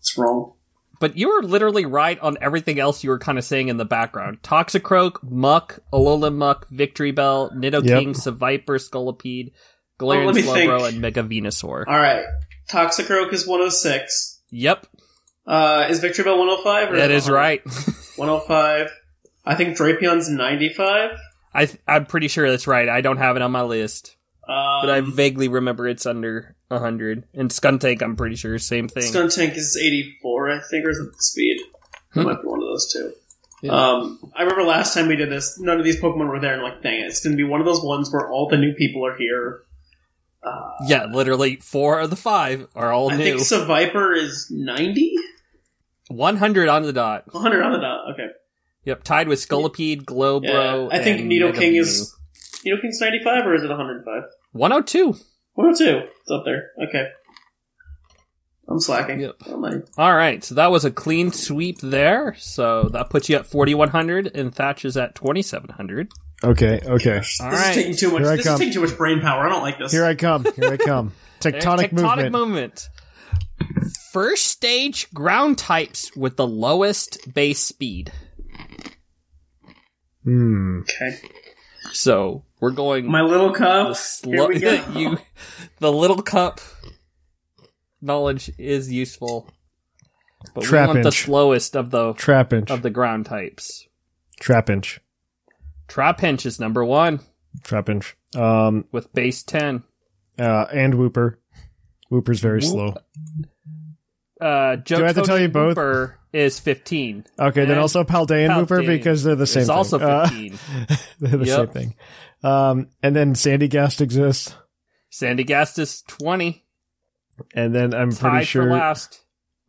S3: It's wrong.
S4: But you were literally right on everything else you were kind of saying in the background. Toxicroak, Muck, Alolan Muck, Victory Bell, Nidoking, Seviper, Scolipede, Galarian
S3: Oh, let me
S4: Slowbro,
S3: think.
S4: and Mega Venusaur.
S3: All right. Toxicroak is 106.
S4: Yep,
S3: Uh, is Victory Bell 105? Or
S4: that is right.
S3: 105. I think Drapion's 95.
S4: I th- I'm pretty sure that's right. I don't have it on my list.
S3: Um,
S4: but I vaguely remember it's under 100. And Skuntank, I'm pretty sure, same thing.
S3: Stuntank is 84, I think, or is it the speed? It might be one of those two. Um, I remember last time we did this, none of these Pokemon were there, and like, dang it, it's going to be one of those ones where all the new people are here.
S4: yeah, literally four of the five are all
S3: I
S4: new.
S3: think Seviper is 90?
S4: 100 on the dot.
S3: 100 on the dot, uh, okay.
S4: Yep, tied with Scolipede, Glowbro.
S3: Yeah, I think
S4: and
S3: Nidoking
S4: Megavenu.
S3: is- You know King's 95, or is it 105?
S4: 102.
S3: 102. It's up there. Okay. I'm slacking.
S4: Yep.
S3: Oh, my.
S4: All right, so that was a clean sweep there. So that puts you at 4,100, and Thatch is at 2,700.
S2: Okay. Okay.
S4: All
S3: this
S4: right.
S3: is taking too much.
S2: Here I
S3: This
S2: come.
S3: is taking too much brain power. I don't like this.
S2: Here I come. Here I come. Tectonic, movement.
S4: movement. First stage ground types with the lowest base speed.
S3: okay.
S4: So we're going
S3: My little
S4: the
S3: cup. Here
S4: slow
S3: we go.
S4: you the little cup knowledge is useful. But
S2: Trap
S4: we want the
S2: inch.
S4: slowest of the
S2: Trap inch.
S4: of the ground types.
S2: Trap inch.
S4: Trap hinch is number one
S2: Trap inch. Um.
S4: with base ten.
S2: Uh. And Whooper. Whooper's very
S4: Whoop.
S2: slow.
S4: Uh
S2: I have to tell you both?
S4: Jotoken is fifteen.
S2: Okay. Then
S4: And
S2: also Paldean, Whooper
S4: Paldean
S2: because they're the same.
S4: is
S2: thing.
S4: also
S2: Uh,
S4: fifteen.
S2: they're the
S4: Yep.
S2: same thing. Um. And then Sandy Gast exists.
S4: Sandy Gastus twenty.
S2: And then I'm pretty
S4: Tied for
S2: sure.
S4: last.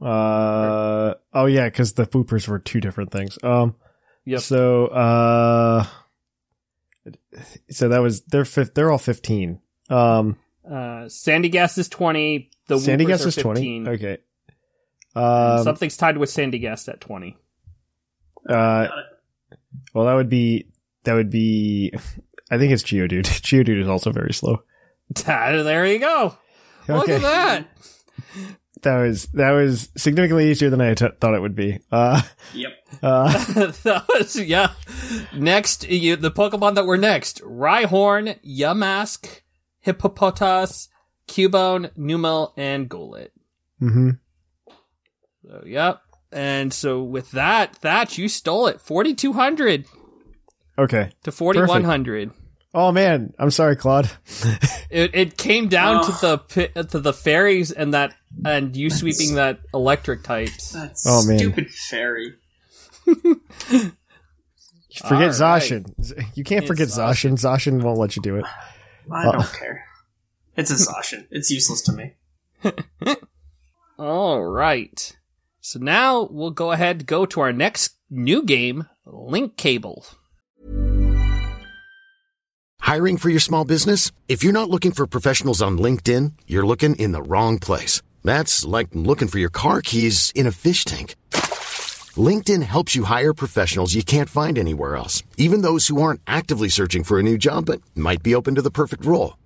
S2: Uh. Oh yeah, because the Whoopers were two different things. Um.
S4: Yep.
S2: So, uh, so that was they're fif- they're all fifteen. Um,
S4: Uh Sandy Gas is twenty. The
S2: Sandy
S4: Whoopers
S2: Guest
S4: are
S2: is twenty.
S4: 15.
S2: Okay.
S4: And
S2: Um,
S4: Something's tied with Sandy Gast at twenty.
S2: uh, well, that would be that would be I think it's Geodude. Geodude is also very slow.
S4: there you go. Look
S2: Okay.
S4: at that.
S2: That was that was significantly easier than I t- thought it would be. Uh,
S3: Yep.
S2: uh,
S4: that was yeah. Next, you, the Pokemon that were next: Rhyhorn, Yamask, Hippopotas, Cubone, Numel, and Golet.
S2: hmm
S4: So yep. And so with that, that you stole it, forty two hundred
S2: Okay.
S4: to forty one hundred.
S2: Oh man, I'm sorry, Claude.
S4: It, it came down
S3: Oh.
S4: to the pi- to the fairies and that and you sweeping that electric types.
S3: That
S2: Oh, man.
S3: stupid fairy.
S2: Forget
S4: All right.
S2: Zacian. Z- You can't
S4: It's
S2: forget Zacian. Zacian won't let you do it.
S3: I
S2: Uh.
S3: don't care. It's a Zacian. It's useless to me.
S4: All right. So now we'll go ahead and go to our next new game, Link Cable.
S5: Hiring for your small business? If you're not looking for professionals on LinkedIn, you're looking in the wrong place. That's like looking for your car keys in a fish tank. LinkedIn helps you hire professionals you can't find anywhere else, even those who aren't actively searching for a new job but might be open to the perfect role.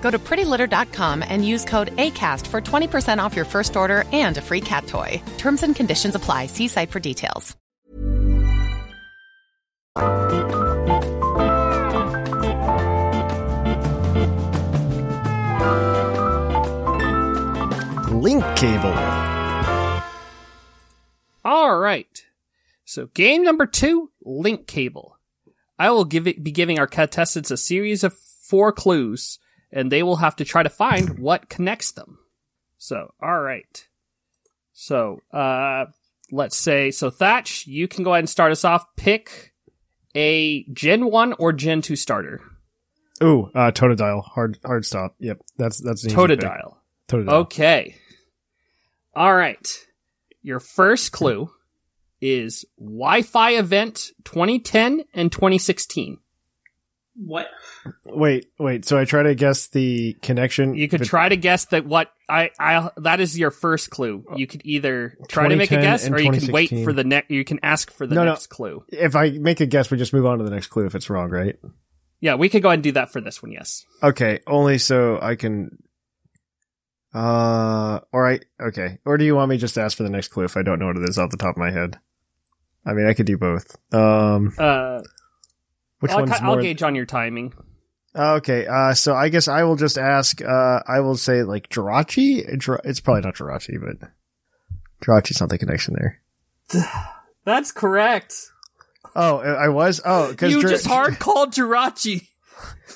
S6: Go to prettylitter.com and use code ACAST for 20% off your first order and a free cat toy. Terms and conditions apply. See site for details.
S2: Link cable.
S4: All right. So game number two, link cable. I will give it, be giving our contestants a series of four clues, and they will have to try to find what connects them. So, all right. So, uh, let's say so. Thatch, you can go ahead and start us off. Pick a Gen one or Gen two starter.
S2: Ooh, uh, Totodile. Hard hard stop. Yep, that's that's an easy pick.
S4: Totodile. Oh.
S2: Totodile.
S4: Okay. All right. Your first clue is Wi-Fi event 2010 and 2016.
S3: What?
S2: Wait, wait. So I try to guess the connection.
S4: You could
S2: bet-
S4: try to guess that what I I that is your first clue. You could either try to make a
S2: 2010
S4: guess
S2: and
S4: or you can wait
S2: 2016.
S4: for the next you can ask for the
S2: No, no.
S4: next clue.
S2: If I make a guess, we just move on to the next clue. If it's wrong, right?
S4: Yeah, we could go ahead and do that for this one, yes.
S2: Okay, only so I can. Uh, all right, okay. Or do you want me just to ask for the next clue if I don't know what it is off the top of my head? I mean, I could do both. Um,
S4: Uh
S2: which
S4: I'll,
S2: one's
S4: I'll
S2: more?
S4: gauge on your timing.
S2: Okay, uh, so I guess I will just ask. Uh, I will say like Jirachi. Jir- It's probably not Jirachi, but Jirachi's not the connection there.
S4: That's correct.
S2: Oh, I I was. Oh, because
S4: You just hard called Jirachi.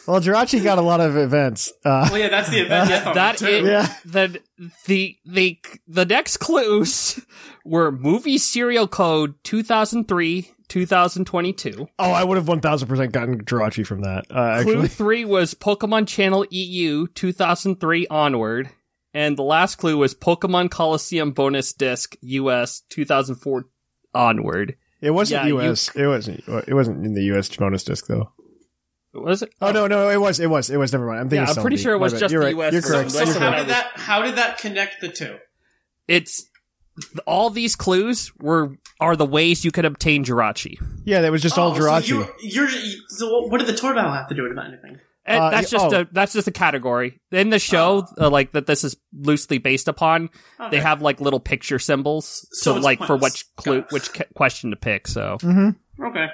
S2: Well, Jirachi got a lot of events. Uh,
S3: Well, Oh, yeah, that's the event. yeah,
S4: that
S3: too.
S4: it,
S2: Yeah.
S4: the the the the next clues were movie serial code 2003 2022
S2: oh, I would have one thousand percent gotten Jirachi from that. Uh,
S4: clue
S2: actually,
S4: 3 was pokemon channel E eu 2003 onward and the last clue was pokemon coliseum bonus disc us 2004 onward
S2: it wasn't
S4: Yeah, you-
S2: U.S. It wasn't. It wasn't in the U.S. bonus disc though.
S4: was it Uh,
S2: Oh no, no, it was, it was, it was. Never mind. I'm thinking.
S4: Yeah, I'm pretty
S2: Celebi.
S4: sure it
S2: My
S4: was
S2: bad.
S4: just
S2: You're
S4: the
S2: right.
S4: US
S2: You're
S4: version.
S2: correct.
S3: So,
S4: That's
S2: You're
S3: so how
S4: what I
S2: correct.
S3: did
S4: was-
S3: that? How did that connect the two?
S4: it's all these clues were are the ways you could obtain jirachi
S2: Yeah, that was just all
S3: Oh, so
S2: Jirachi.
S3: you- you're, so what- what did the Totodile have to do with anything?
S4: And
S2: Uh,
S4: that's
S2: y-
S4: just
S2: oh.
S4: a that's just a category in the show,
S3: Oh.
S4: uh, like that. This is loosely based upon. They have like little picture symbols,
S3: So
S4: so
S3: it's
S4: like for
S3: pointless.
S4: which clue,
S3: Got it.
S4: which ca- question to pick. So,
S2: Mm-hmm.
S3: Okay.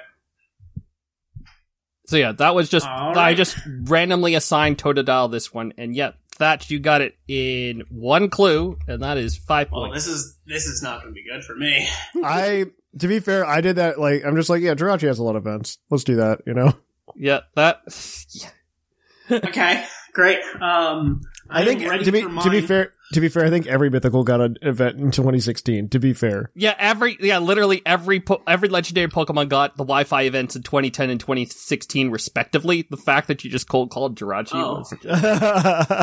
S4: so yeah, that was just
S3: All
S4: I
S3: right.
S4: just randomly assigned Totodile this one, and yep, Thatch, you got it in one clue, and that is five
S3: Well,
S4: points.
S3: this is this is not going to be good for me.
S2: I, to be fair, I did that. Like, I'm just like, yeah, Jirachi has a lot of events. Let's do that. You know.
S4: yeah, that.
S3: Okay, great. Um,
S2: I think
S3: am ready
S2: to be
S3: for
S2: to be
S3: mine.
S2: fair to be fair, I think every mythical got an event in 2016. To be fair,
S4: Yeah, every yeah, literally every po- every legendary Pokemon got the Wi-Fi events in 2010 and 2016 respectively. The fact that you just cold called Jirachi
S3: Oh.
S4: was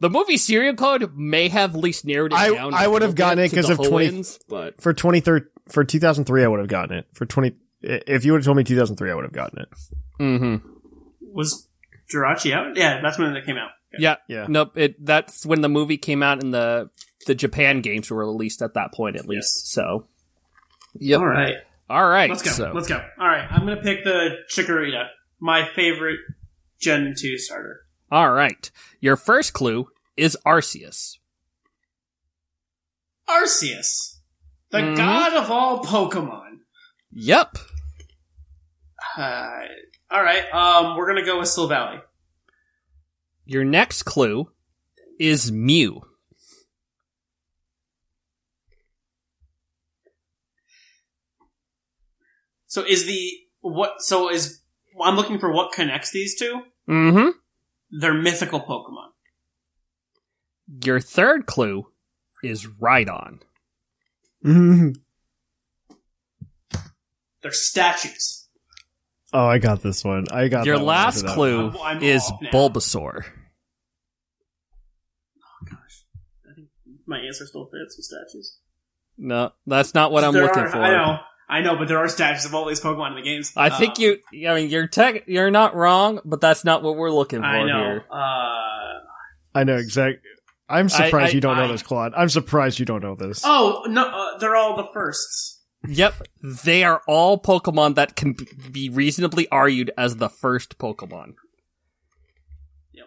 S4: the movie Serial Code may have at least narrowed it
S2: I-
S4: down. a
S2: I would have
S4: little
S2: gotten
S4: bit
S2: it
S4: to
S2: 'cause
S4: the
S2: of 20
S4: Hoenns, but
S2: for 23 for 2003, I would have gotten it. For 20, i- if you would have told me 2003, I would have gotten it.
S4: mm-hmm.
S3: Was Jirachi out? Yeah, that's when it came out.
S4: yeah,
S2: Yeah.
S4: nope. It that's when the movie came out and the the Japan games were released at that point at least. So, yep.
S3: All right.
S4: All right,
S3: Let's go.
S4: so-
S3: Let's go. All right. I'm going to pick the Chikorita, my favorite Gen 2 starter.
S4: all right. Your first clue is Arceus.
S3: Arceus, the
S2: Mm-hmm.
S4: Mhm.
S3: god of all Pokemon.
S4: Yep.
S3: Uh, all right. Um, we're going to go with Silvally.
S4: Your next clue is Mew.
S3: So is the what? So is I'm looking for what connects these two.
S4: Mm-hmm.
S3: They're mythical Pokemon.
S4: Your third clue is Rhydon.
S3: They're statues.
S2: Oh, I got this one. I got
S4: Your
S2: that one after
S4: last
S2: that.
S4: clue
S3: I'm- I'm
S4: is
S3: off now.
S4: Bulbasaur.
S3: My answer still fits with statues.
S4: No, that's not what I'm
S3: There
S4: looking
S3: are-
S4: for.
S3: I know. I know, but there are statues of all these Pokemon in the games.
S4: I
S3: Uh,
S4: think you. I mean, you're tech. You're not wrong, but that's not what we're looking for
S3: I know.
S4: here.
S3: Uh,
S2: I know exact. I'm surprised
S4: I-
S2: you don't
S3: I-
S2: know this, Claude. I'm surprised you don't know this.
S3: oh no, uh, they're all the firsts.
S4: Yep, they are all Pokemon that can b- be reasonably argued as the first Pokemon.
S3: Yep.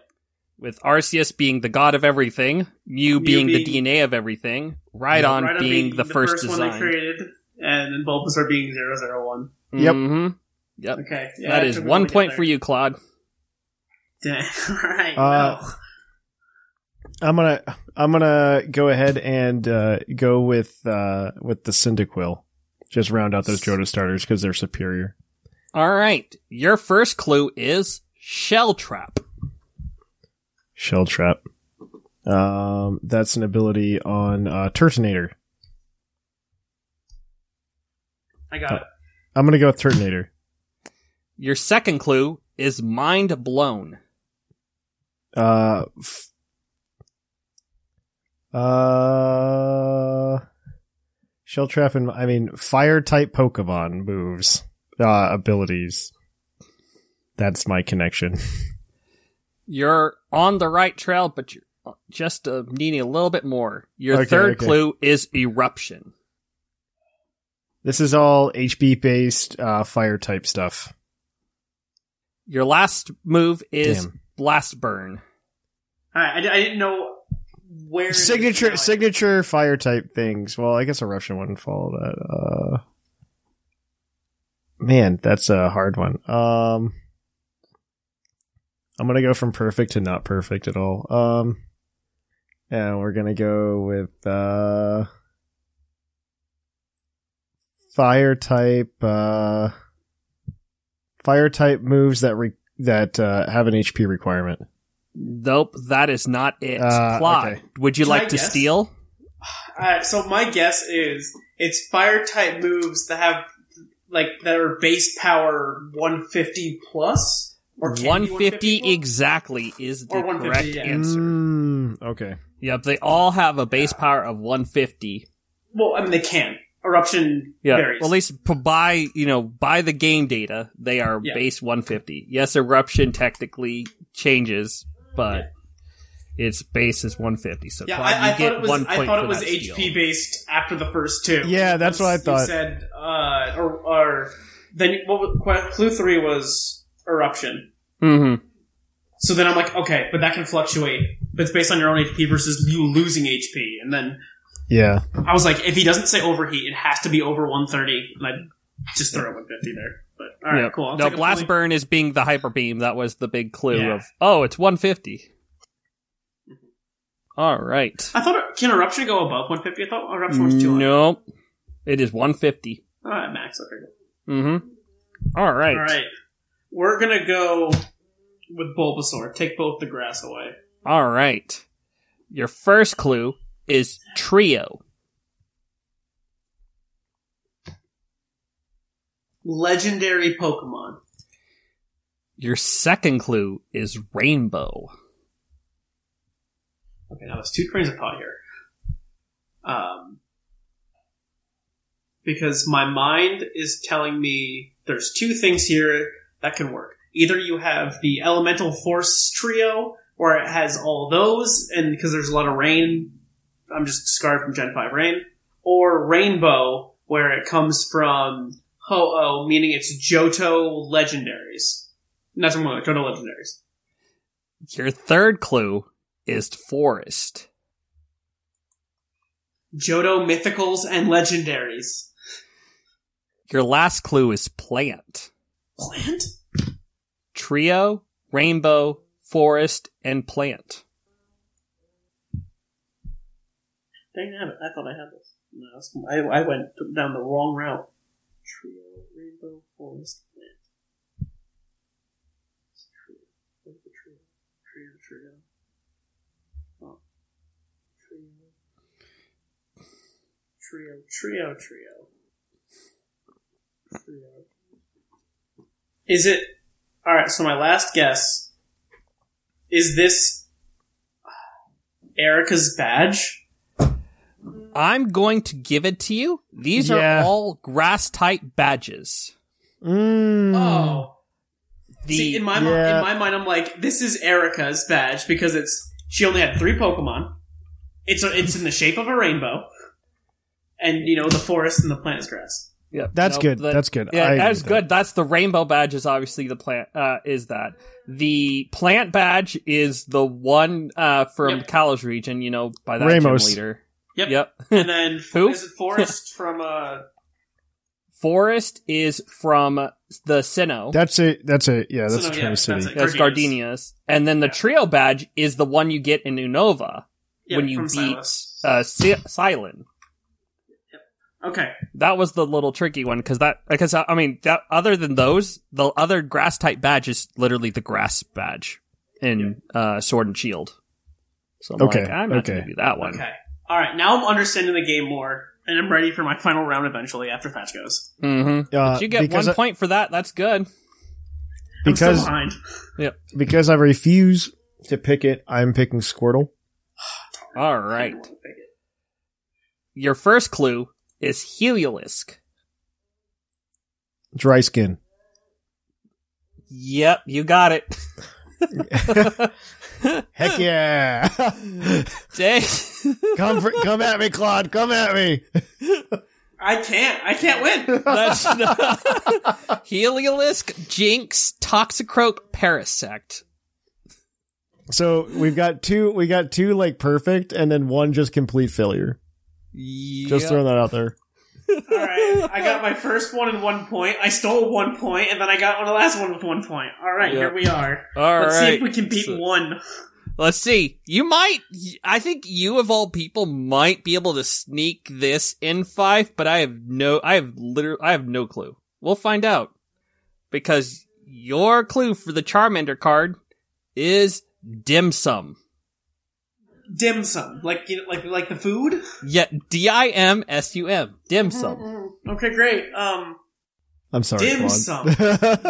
S4: With Arceus being the god of everything, Mew,
S3: Mew
S4: being, the
S3: being-
S4: DNA of everything, Rhydon,
S3: Rhydon
S4: being, the, first, design.
S3: one they created, and then Bulbasaur being 001.
S2: Yep.
S4: Mhm. Yep.
S3: Okay, yeah,
S4: that
S3: it
S4: is
S3: took me a
S4: one
S3: while to
S4: point
S3: get
S4: for you, Claude.
S3: there. Dang. All right.
S2: Uh,
S3: well.
S2: I'm gonna I'm gonna go ahead and uh, go with uh, with the Cyndaquil. Just round out those Joda starters because they're superior.
S4: All right. Your first clue is Shell Trap.
S2: Shell trap. Um, that's an ability on uh, Turtonator.
S3: I got it.
S2: I'm gonna go with Turtonator.
S4: Your second clue is Mind Blown.
S2: Uh, f- uh, shell trap and I mean fire type Pokemon moves uh, abilities. That's my connection.
S4: You're on the right trail, but you're just uh, needing a little bit more. Your
S2: Okay,
S4: third
S2: okay.
S4: clue is Eruption.
S2: This is all HB based uh, fire type stuff.
S4: Your last move is
S2: Damn.
S4: Blast Burn.
S3: All right. I, di- I didn't know where
S2: Signature
S3: Now I-
S2: signature fire type things. Well, I guess a Russian wouldn't follow that. Uh, man, that's a hard one. Um, I'm gonna go from perfect to not perfect at all. Um, and we're gonna go with uh, fire type. Uh, fire type moves that re- that uh, have an HP requirement.
S4: Nope, that is not it.
S2: Uh,
S4: Claude,
S2: okay.
S4: would you
S3: Can
S4: like
S3: I
S4: to
S3: guess?
S4: steal?
S3: All right. Uh, So my guess is it's fire type moves that have like that are base power 150 plus or can be
S4: 150
S3: plus?
S4: exactly is the
S3: Or 150,
S4: correct
S3: yeah.
S4: answer.
S2: Mm, okay.
S4: Yep, they all have a base power of 150.
S3: Well, I mean they can. Eruption
S4: Yeah,
S3: varies.
S4: well, at least p- by you know by the game data, they are
S3: Yeah.
S4: base 150. Yes, eruption technically changes, but its base is 150. So
S3: yeah,
S4: Claude,
S3: I, I
S4: you
S3: thought
S4: get
S3: it was.
S4: one
S3: I
S4: point
S3: thought
S4: for
S3: it was
S4: that
S3: HP
S4: steal.
S3: based after the first two.
S2: Yeah, that's what I
S3: You
S2: thought.
S3: said uh, or, or then what? was- que- Clue three was eruption.
S4: Mhm.
S3: So then I'm like, okay, but that can fluctuate. But it's based on your own HP versus you losing HP. And then
S2: Yeah.
S3: I was like, if he doesn't say overheat, it has to be over 130. And I just throw 150 there. But all right,
S4: Yep.
S3: cool. I'll
S4: no,
S3: take a
S4: blast
S3: point.
S4: burn is being the hyper beam. That was the big clue
S3: Yeah. Mm-hmm.
S4: of oh, it's 150. All right.
S3: I thought can eruption go above 150? I thought eruption was 200.
S4: Nope, it is 150.
S3: All right, max. Okay.
S4: Mm-hmm. All right.
S3: All right, we're gonna go with Bulbasaur. Take both the grass away.
S4: All right. Your first clue is trio.
S3: Legendary Pokemon.
S4: Your second clue is rainbow.
S3: Okay, now there's two trains of thought here. Um, because my mind is telling me there's two things here that can work. Either you have the elemental force trio, or it has all those, and because there's a lot of rain, I'm just scarred from Gen 5 rain, or rainbow, where it comes from Ho-Oh, meaning it's Johto legendaries. Not from Johto legendaries.
S4: Your third clue is forest.
S3: Johto mythicals and legendaries.
S4: Your last clue is plant.
S3: Plant?
S4: Trio, rainbow, forest, and plant.
S3: Dang it! I thought I had this. No, that's- I, I went down the wrong route. Trio, rainbow, forest, plant. It's trio. What is the trio? Trio, trio. Oh. Trio. Trio, trio, trio. Trio. Is it. Alright, so my last guess. Is this. Erica's badge?
S4: I'm going to give it to you. These
S2: Yeah.
S4: are all grass type badges.
S2: Mm.
S3: Oh.
S4: The
S3: See, in my mi-
S2: yeah.
S3: in my mind, I'm like, this is Erica's badge because it's she only had three Pokemon. It's a, it's in the shape of a rainbow, and you know the forest and the plant is grass.
S4: Yep.
S2: That's good. That's good. I
S4: Yeah,
S2: agree
S4: that's
S2: with
S4: good. That's the rainbow badge is obviously the plant uh, is that. The plant badge is the one uh, from
S3: Yep.
S4: Kalos region, you know, by that
S2: Ramos.
S4: gym leader.
S3: Yep.
S4: Yep.
S3: And then
S4: Who?
S3: is it forest from uh
S4: Forest is from the Sinnoh.
S2: That's it. That's it. Yeah,
S3: So
S2: that's Uh,
S3: no, yeah,
S2: Train
S3: that's
S2: City.
S3: it.
S4: That's Gardenias. And then the trio badge is the one you get in Unova
S3: yeah,
S4: when you
S3: from
S4: beat
S3: Silas.
S4: uh Si- Silent. uh,
S3: okay,
S4: That was the little tricky one because that because I I mean that other than those, the other grass type badge is literally the grass badge in uh Sword and Shield. So I'm
S2: Okay,
S4: like, I'm not
S2: okay.
S4: gonna do that one.
S3: okay, all right. Now I'm understanding the game more, and I'm ready for my final round eventually after Thatch goes.
S4: hmm
S2: Uh,
S4: but you get
S2: because
S4: one
S2: I-
S4: point for that. That's good.
S3: I'm still
S2: Because-
S3: behind.
S2: because I refuse to pick it. I'm picking Squirtle.
S4: All
S3: I
S4: right.
S3: don't wanna pick it.
S4: Your first clue is Heliolisk.
S2: Dry skin.
S4: Yep, you got it.
S2: Heck yeah!
S4: Dang.
S2: come for, come at me, Claude. Come at me.
S3: I can't. I can't win.
S4: That's not Heliolisk, Jinx, Toxicroak, Parasect.
S2: So we've got two. We got two like perfect, and then one just complete failure. Just
S4: Yep.
S2: throwing that out there.
S3: Alright, I got my first one in one point. I stole one point, and then I got on the last one with one point. Alright,
S4: Yeah.
S3: here we are.
S4: All
S3: Let's see if
S4: right.
S3: we can beat
S4: So-
S3: one.
S4: Let's see. You might. I think you of all people might be able to sneak this in five, but I have no. I have literally. I have no clue. We'll find out because your clue for the Charmander card is dim sum.
S3: Dim sum. Like you know, like like the food?
S4: Yeah, D I M S U M. Dim sum.
S3: Okay, great. Um
S2: I'm sorry,
S3: dim
S2: Claude.
S3: sum.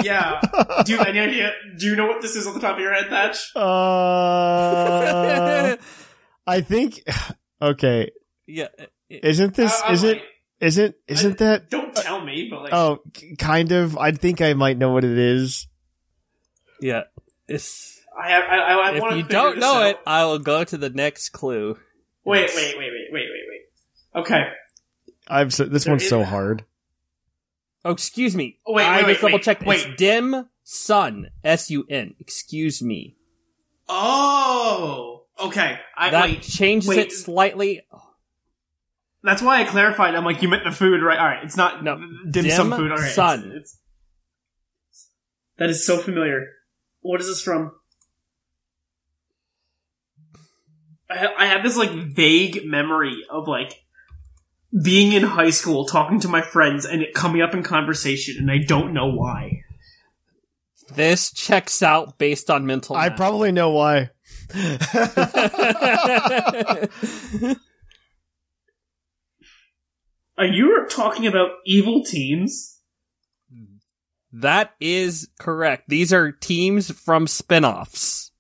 S3: yeah. Do you have any idea do you know what this is on the top of your head, Thatch?
S2: Uh, I think. Okay,
S4: yeah.
S2: isn't this?
S3: I- I'm
S2: Isn't
S3: like,
S2: isn't isn't that?
S3: don't tell me, but like
S2: Oh, k- kind of. I think I might know what it is.
S4: Yeah. It's.
S3: I have I, I, I
S4: if
S3: want
S4: you
S3: to
S4: don't know
S3: out.
S4: it, I will go to the next clue.
S3: Wait,
S4: Yes.
S3: wait, wait, wait, wait, wait, wait. Okay.
S2: I'm so, this
S3: There
S2: one's
S3: is-
S2: so hard.
S4: Oh, excuse me.
S3: Oh, wait,
S4: I
S3: wait,
S4: just
S3: wait,
S4: double checked.
S3: wait, wait.
S4: It's dim sun. S U N. Excuse me.
S3: Oh okay. I
S4: that
S3: wait.
S4: changes
S3: wait.
S4: it slightly.
S3: That's why I clarified. I'm like, you meant the food, right? All right, it's not
S4: No.
S3: dim, sum
S4: Dim
S3: food. All right,
S4: sun.
S3: It's, it's- that is so familiar. What is this from? I, ha- I have this like vague memory of like being in high school, talking to my friends, and it coming up in conversation, and I don't know why.
S4: This checks out based on mental.
S2: I
S4: math.
S2: probably know why.
S3: Are you talking about evil teams?
S4: that is correct. These are teams from spin-offs.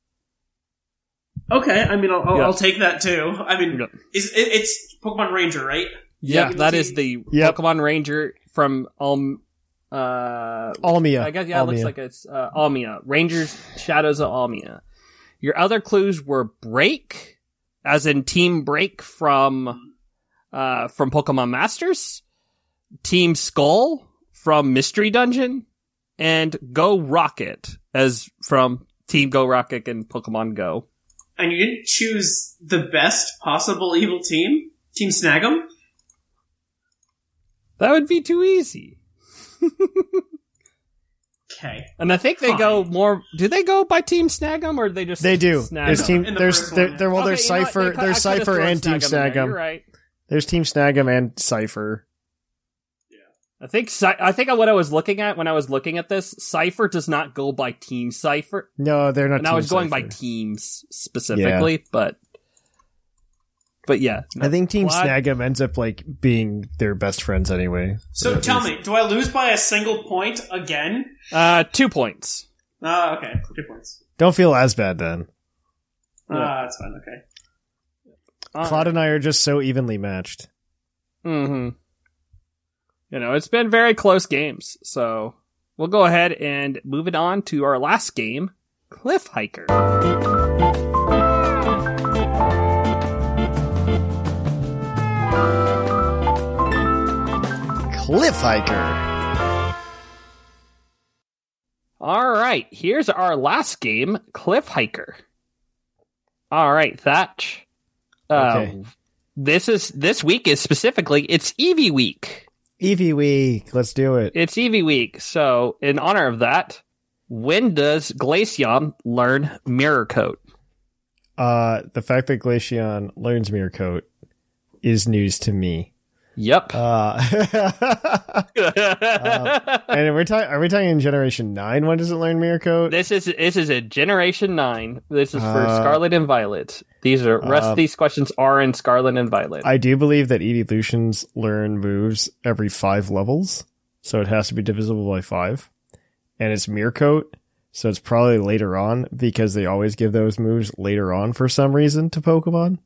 S3: Okay, I mean, I'll, I'll,
S4: Yeah.
S3: I'll take that too. I mean,
S4: Yeah.
S3: is it, it's Pokemon Ranger, right?
S4: Yeah,
S3: Evil
S4: that
S3: team.
S4: is the
S2: Yep.
S4: Pokemon Ranger from um uh
S2: Almia.
S4: I guess yeah, it looks
S2: Almia.
S4: like it's uh, Almia. Rangers Shadows of Almia. Your other clues were Break, as in Team Break from uh from Pokemon Masters, Team Skull from Mystery Dungeon, and Go Rocket as from Team Go Rocket and Pokemon Go.
S3: And you didn't choose the best possible evil team, Team Snag'em.
S4: That would be too easy.
S3: Okay,
S4: And I think they go more. Do they go by Team Snag'em or do they just
S2: They do.
S4: Snag'em?
S2: There's team.
S3: In the
S2: there's
S3: first
S2: there,
S3: one.
S2: there. Well,
S4: Okay,
S2: there's
S4: you know what?
S2: Cipher.
S4: They cou-
S2: there's
S4: I
S2: Cipher
S4: could've thrown
S2: and Team
S4: in there.
S2: Snag'em.
S4: You're right.
S2: There's Team Snag'em and Cipher.
S4: I think Cy- I think what I was looking at when I was looking at this, Cipher does not go by Team Cipher,
S2: No, they're not.
S4: and
S2: team
S4: I was going by
S2: Cypher.
S4: teams specifically, but but yeah,
S2: I think Team
S4: Well, I-
S2: Snag'em ends up like being their best friends anyway.
S3: so tell me, do I lose by a single point again?
S4: uh, two points.
S3: Ah, okay, two points.
S2: Don't feel as bad then.
S3: Ah, that's fine. Okay.
S4: All
S2: Claude and I are just so evenly matched.
S4: hmm You know, it's been very close games, so we'll go ahead and move it on to our last game, Cliff Hiker.
S2: Cliffhiker.
S4: All right, here's our last game, Cliff Hiker. All right, Thatch. Uh,
S2: Okay.
S4: This is this week is specifically it's Eevee week.
S2: Evie week. Let's do it.
S4: It's Eevee week, so in honor of that, when does Glaceon learn Mirror Coat?
S2: Uh, the fact that Glaceon learns Mirror Coat is news to me.
S4: Yep.
S2: Uh, um, and we're talking. Are we talking in Generation Nine? When does it learn Mirror Coat?
S4: This is this is a Generation Nine. This is for
S2: Uh,
S4: Scarlet and Violet. These are rest.
S2: uh,
S4: of these questions are in Scarlet and Violet.
S2: I do believe that evolutions learn moves every five levels, so it has to be divisible by five. And it's Mirror Coat, so it's probably later on because they always give those moves later on for some reason to Pokemon.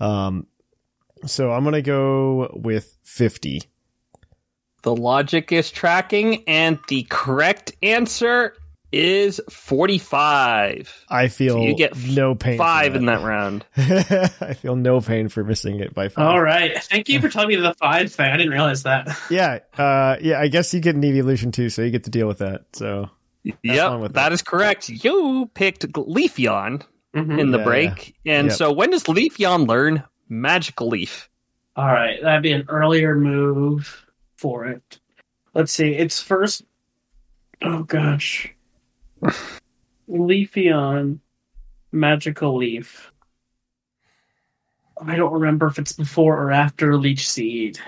S2: Um, so I'm gonna go with fifty.
S4: The logic is tracking, and the correct answer is 45.
S2: I feel
S4: So you get
S2: no pain. for
S4: Five in that round.
S2: I feel no pain for missing it by five.
S3: All right. Thank you for telling me the five thing. I didn't realize that.
S2: Yeah, uh, yeah. I guess you get an evolution too, so you get to deal with that. So fine
S4: yep,
S2: with
S4: that
S2: it.
S4: is correct. You picked G- Leafeon
S3: Mm-hmm.
S4: in the
S2: Yeah,
S4: break, and
S2: Yep.
S4: so when does Leafeon learn Magical Leaf?
S7: All right, that'd be an earlier move for it. Let's see. It's first. Oh gosh, Leafeon, magical leaf. I don't remember if it's before or after Leech Seed.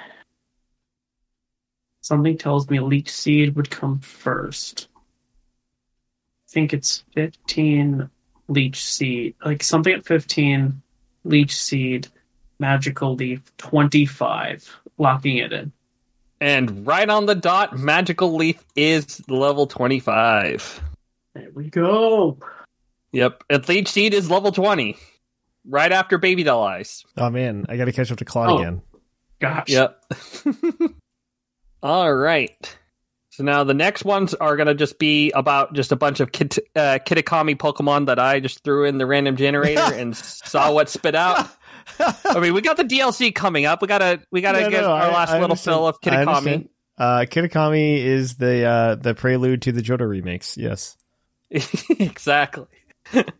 S7: Something tells me Leech Seed would come first. I think it's fifteen Leech Seed, like something at fifteen Leech Seed magical leaf 25 locking it in
S4: And right on the dot, Magical Leaf is level 25.
S7: there we go
S4: Yep, and Leech Seed is level 20, right after Baby Doll Eyes.
S2: oh man, I got to catch up to Claude
S7: Oh.
S2: again.
S7: gosh
S4: Yep. All right. So now the next ones are going to just be about just a bunch of kit, uh, Kitakami Pokemon that I just threw in the random generator and saw what spit out. I mean, we got the DLC coming up. We gotta we gotta
S2: No,
S4: get
S2: no,
S4: our
S2: I-
S4: last
S2: I
S4: little
S2: understand.
S4: fill of
S2: I understand.
S4: Kitakami.
S2: Uh, Kitakami is the uh, the prelude to the Johto remakes. Yes.
S4: exactly.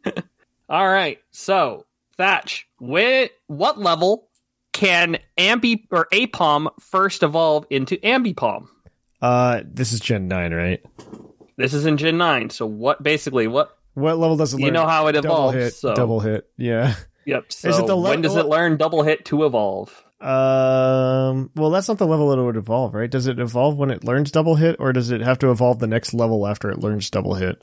S4: All right. So Thatch, wh- what level can Ambi or Apom first evolve into Ambipom?
S2: Uh, this is Gen Nine, right?
S4: This is in Gen Nine. So what? Basically, what?
S2: What level does it
S4: You
S2: learn?
S4: know how it
S2: double
S4: evolves,
S2: Hit,
S4: so-
S2: Double hit. Yeah.
S4: Yep. So
S2: it the le-
S4: when does it learn double hit to evolve?
S2: Um. Well, that's not the level it would evolve, right? Does it evolve when it learns double hit, or does it have to evolve the next level after it learns double hit?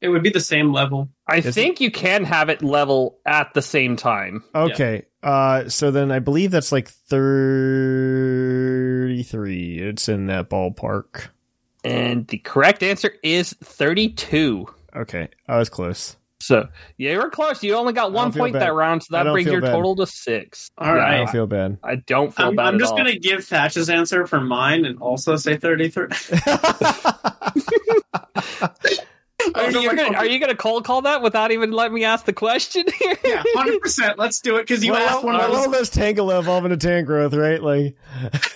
S3: It would be the same level.
S4: I think you can have it level at the same time.
S2: Okay. Uh. So then I believe that's like thirty-three. It's in that ballpark.
S4: And the correct answer is 32.
S2: Okay. I was close.
S4: So, yeah, you were close. You only got one
S2: feel
S4: point
S2: bad.
S4: that round, so
S2: I
S4: that
S2: don't
S4: brings
S2: feel
S4: your
S2: bad.
S4: total to six.
S3: All
S2: I
S3: right.
S2: don't feel bad.
S4: I don't feel
S3: I'm,
S4: bad
S3: I'm
S4: at
S3: just
S4: all.
S3: going to give Thatch's answer for mine and also say 33.
S4: Are you gonna, are you gonna cold call that without even letting me ask the question here?
S8: Yeah, hundred percent. Let's do it because you asked
S2: Well,
S8: one
S2: I
S8: of those.
S2: love this Tangela evolving into Tangrowth, right? Like,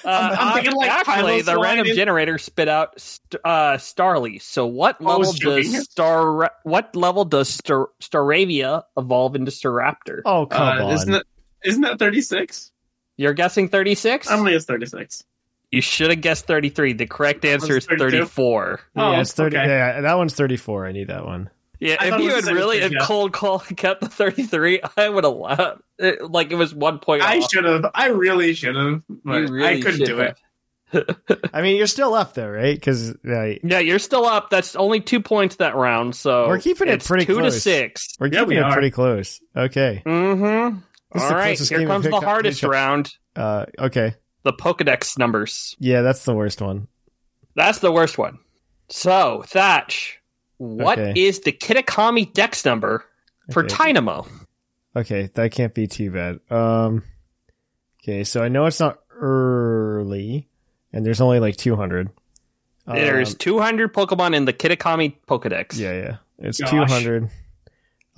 S4: Uh,
S8: I'm thinking,
S4: uh,
S8: like,
S4: actually,
S8: Kylo's
S4: the
S8: line
S4: random
S8: is-
S4: generator spit out st- uh, Starly. So, what
S3: Oh,
S4: level
S8: was joking.
S4: does Star? What level does Star- Staravia evolve into Staraptor?
S2: oh come
S3: Uh,
S2: on.
S3: isn't, it, isn't that 36?
S4: You're guessing 36.
S3: I'm going to guess 36.
S4: you should have guessed 33. The correct answer is
S3: 32.
S4: 34.
S2: yeah,
S3: oh,
S2: it's thirty.
S3: okay.
S2: Yeah, that one's thirty-four. I need that one.
S4: Yeah,
S3: I
S4: if
S3: thought it
S4: you
S3: was
S4: had really
S3: 33,
S4: had
S3: yeah.
S4: cold call kept the 33, I would have laughed. It, like it was one point.
S3: I
S4: off.
S3: should have. I really should have.
S4: You
S3: But
S4: really
S3: I couldn't
S4: should
S3: do
S4: have.
S3: it.
S2: I mean, you're still up there, right? Because
S4: Yeah, you're still up. That's only two points that round, so
S2: We're keeping it
S4: it's
S2: pretty
S4: two to
S2: close.
S4: 6
S2: we're
S3: Yeah,
S2: keeping
S3: we
S2: it
S3: are.
S2: pretty close. Okay.
S4: Mm-hmm.
S2: This is
S4: All
S2: the
S4: right,
S2: closest
S4: here
S2: game of
S4: comes the
S2: hiccup-
S4: hardest
S2: hiccup.
S4: round:
S2: Uh, okay.
S4: the Pokedex numbers.
S2: Yeah, that's the worst one.
S4: That's the worst one. So, Thatch, what is
S2: Okay.
S4: the Kitakami Dex number for
S2: Okay.
S4: Tynamo?
S2: Okay, that can't be too bad. Um, okay, so I know it's not early, and there's only like 200.
S4: There's 200 Pokemon in the Kitakami Pokedex.
S2: Um, Yeah, yeah. It's
S3: Gosh.
S2: 200.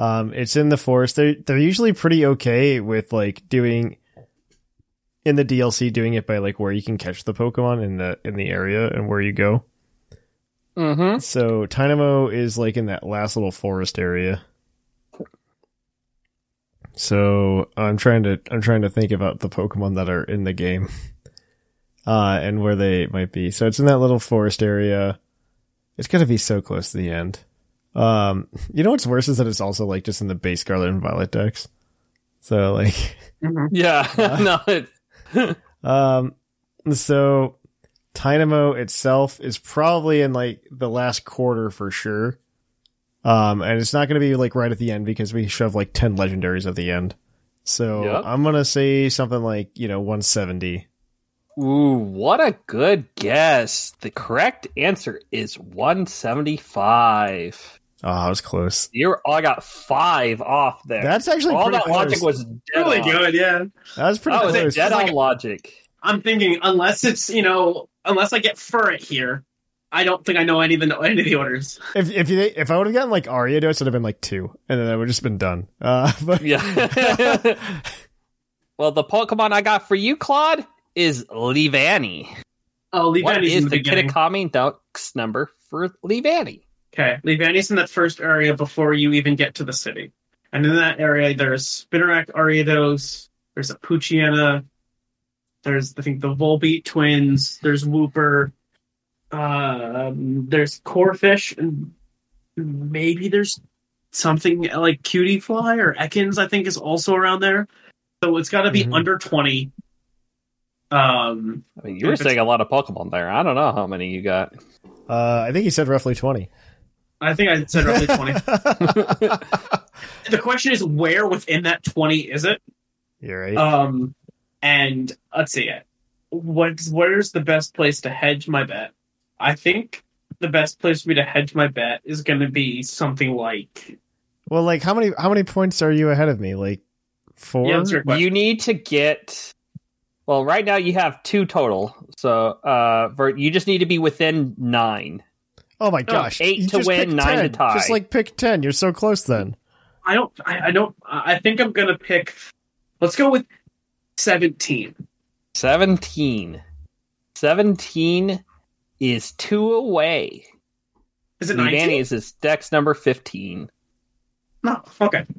S2: Um, it's in the forest. They're, they're usually pretty okay with like doing in the DLC, doing it by like where you can catch the Pokemon in the, in the area and where you go.
S4: Mm-hmm.
S2: So Tynamo is like in that last little forest area. So I'm trying to I'm trying to think about the Pokemon that are in the game. Uh and where they might be. So it's in that little forest area. It's gotta be so close to the end. Um you know what's worse is that it's also like just in the base Scarlet and Violet decks. So like
S4: Yeah. no, it,
S2: um, so Dynamo itself is probably in like the last quarter for sure. Um, and it's not going to be like right at the end because we shove like 10 legendaries at the end. So
S4: Yep.
S2: I'm going to say something like, you know, 170.
S4: ooh, what a good guess. The correct answer is 175.
S2: Oh, I was close.
S4: You're, oh, I got five off there.
S2: That's actually
S4: all
S2: pretty
S4: that logic
S2: close.
S4: was dead
S3: Really
S4: on.
S3: good, yeah.
S2: That was pretty
S4: That was
S2: close.
S4: dead
S3: It's
S4: on
S3: like-
S4: logic.
S3: I'm thinking, unless it's, you know, unless I get Furret here, I don't think I know any of the, any of the orders.
S2: If, if you, if I would have gotten like Ariados, it would have been like two and then I would have just been done. Uh, but
S4: Yeah. well, the Pokemon I got for you, Claude, is Leavanny.
S3: Oh,
S4: What
S3: Leavanny's in
S4: is
S3: the
S4: the
S3: beginning.
S4: Kitakami Dex number for Leavanny?
S3: Okay, Leavanny's in that first area before you even get to the city. And in that area, there's Spinnerack Ariados, there's a Puchiana, there's, I think, the Volbeat twins, there's Wooper, um, there's Corefish, and maybe there's something like Cutie Fly or Ekans, I think, is also around there. So it's got to be
S2: Mhm.
S3: under 20. Um,
S4: I mean, you were
S3: If it's-
S4: saying a lot of Pokemon there. I don't know how many you got.
S2: uh, I think he said roughly 20.
S3: I think I said roughly 20. the question is, where within that 20 is it?
S2: You're right.
S4: Uh,
S3: Um, and let's see it. What's where's the best place to hedge my bet? I think the best place for me to hedge my bet is going to be something like
S2: well, like how many, how many points are you ahead of me? Like four?
S3: Yeah, that's your question.
S4: You need to get. Well, right now you have two total. So uh, Vert, you just need to be within nine.
S2: Oh my
S4: No,
S2: gosh!
S4: eight to
S2: just
S4: win,
S2: picked
S4: nine to
S2: 10.
S4: tie.
S2: Just like pick ten. You're so close. Then
S3: I don't I, I don't I think I'm going to pick. Let's go with seventeen.
S4: 17. 17 is two away.
S3: Is it
S4: Leavanny
S3: nineteen?
S4: is his dex number 15.
S3: No, okay.
S4: So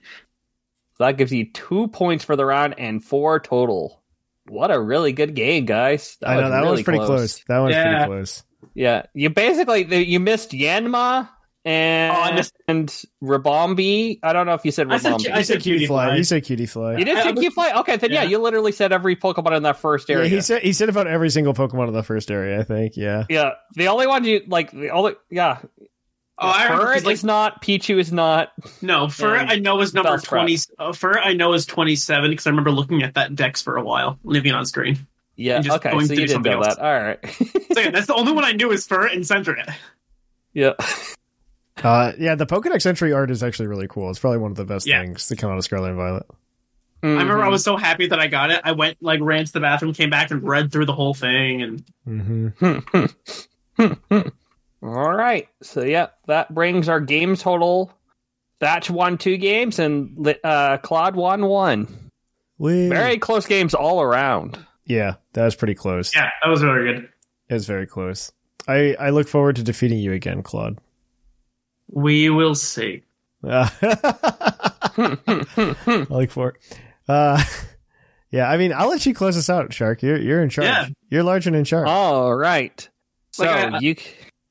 S4: that gives you two points for the round and four total. What a really good game, guys!
S2: I know that
S4: really
S2: was pretty close. That one's
S3: Yeah.
S2: pretty close.
S4: Yeah, you basically you missed Yanma and
S3: just-
S4: and Rabombi. I don't know if you said
S3: Oh, I said-
S4: Rabombi.
S3: I said cutie fly.
S2: You said cutie fly.
S4: you did
S3: I- I
S4: say
S3: was-
S4: you fly. Okay, then yeah.
S3: Yeah.
S4: you literally said every Pokemon in that first
S2: Yeah,
S4: area.
S2: he said he said about every single Pokemon in the first area. I think. Yeah.
S4: Yeah, the only one you like, the only yeah,
S3: Oh, I remember.
S4: Fur
S3: 'cause, Like,
S4: is not. Pichu is not.
S3: no, Fur
S4: and
S3: I know is number
S4: Bellsprout.
S3: twenty. Uh, Fur I know is twenty seven because I remember looking at that dex for a while, leaving it on screen.
S4: Yeah.
S3: And just
S4: Okay.
S3: going
S4: So
S3: through
S4: you did
S3: something
S4: know
S3: else.
S4: that. All right.
S3: So yeah, that's the only one I knew is Fur and Sentret.
S4: yeah.
S2: Uh, yeah. The Pokedex entry art is actually really cool. It's probably one of the best
S3: Yeah.
S2: things that come out of Scarlet and Violet.
S3: I remember I
S4: Mhm.
S3: was so happy that I got it. I went like ran to the bathroom, came back, and read through the whole thing. And
S2: Mm-hmm.
S4: All right. So yeah, that brings our game total. Thatch won two games and Li- uh, Claude won one.
S2: Hmm.
S4: Very close games all around.
S2: Yeah, that was pretty close.
S3: yeah, that was really good.
S2: It was very close. I I look forward to defeating you again, Claude.
S3: We will see.
S2: Uh, I look forward. Uh, yeah, I mean, I'll let you close us out, Shark. You're you're in charge.
S3: Yeah.
S2: You're large and in charge.
S4: All right. So
S3: Like, I-
S4: you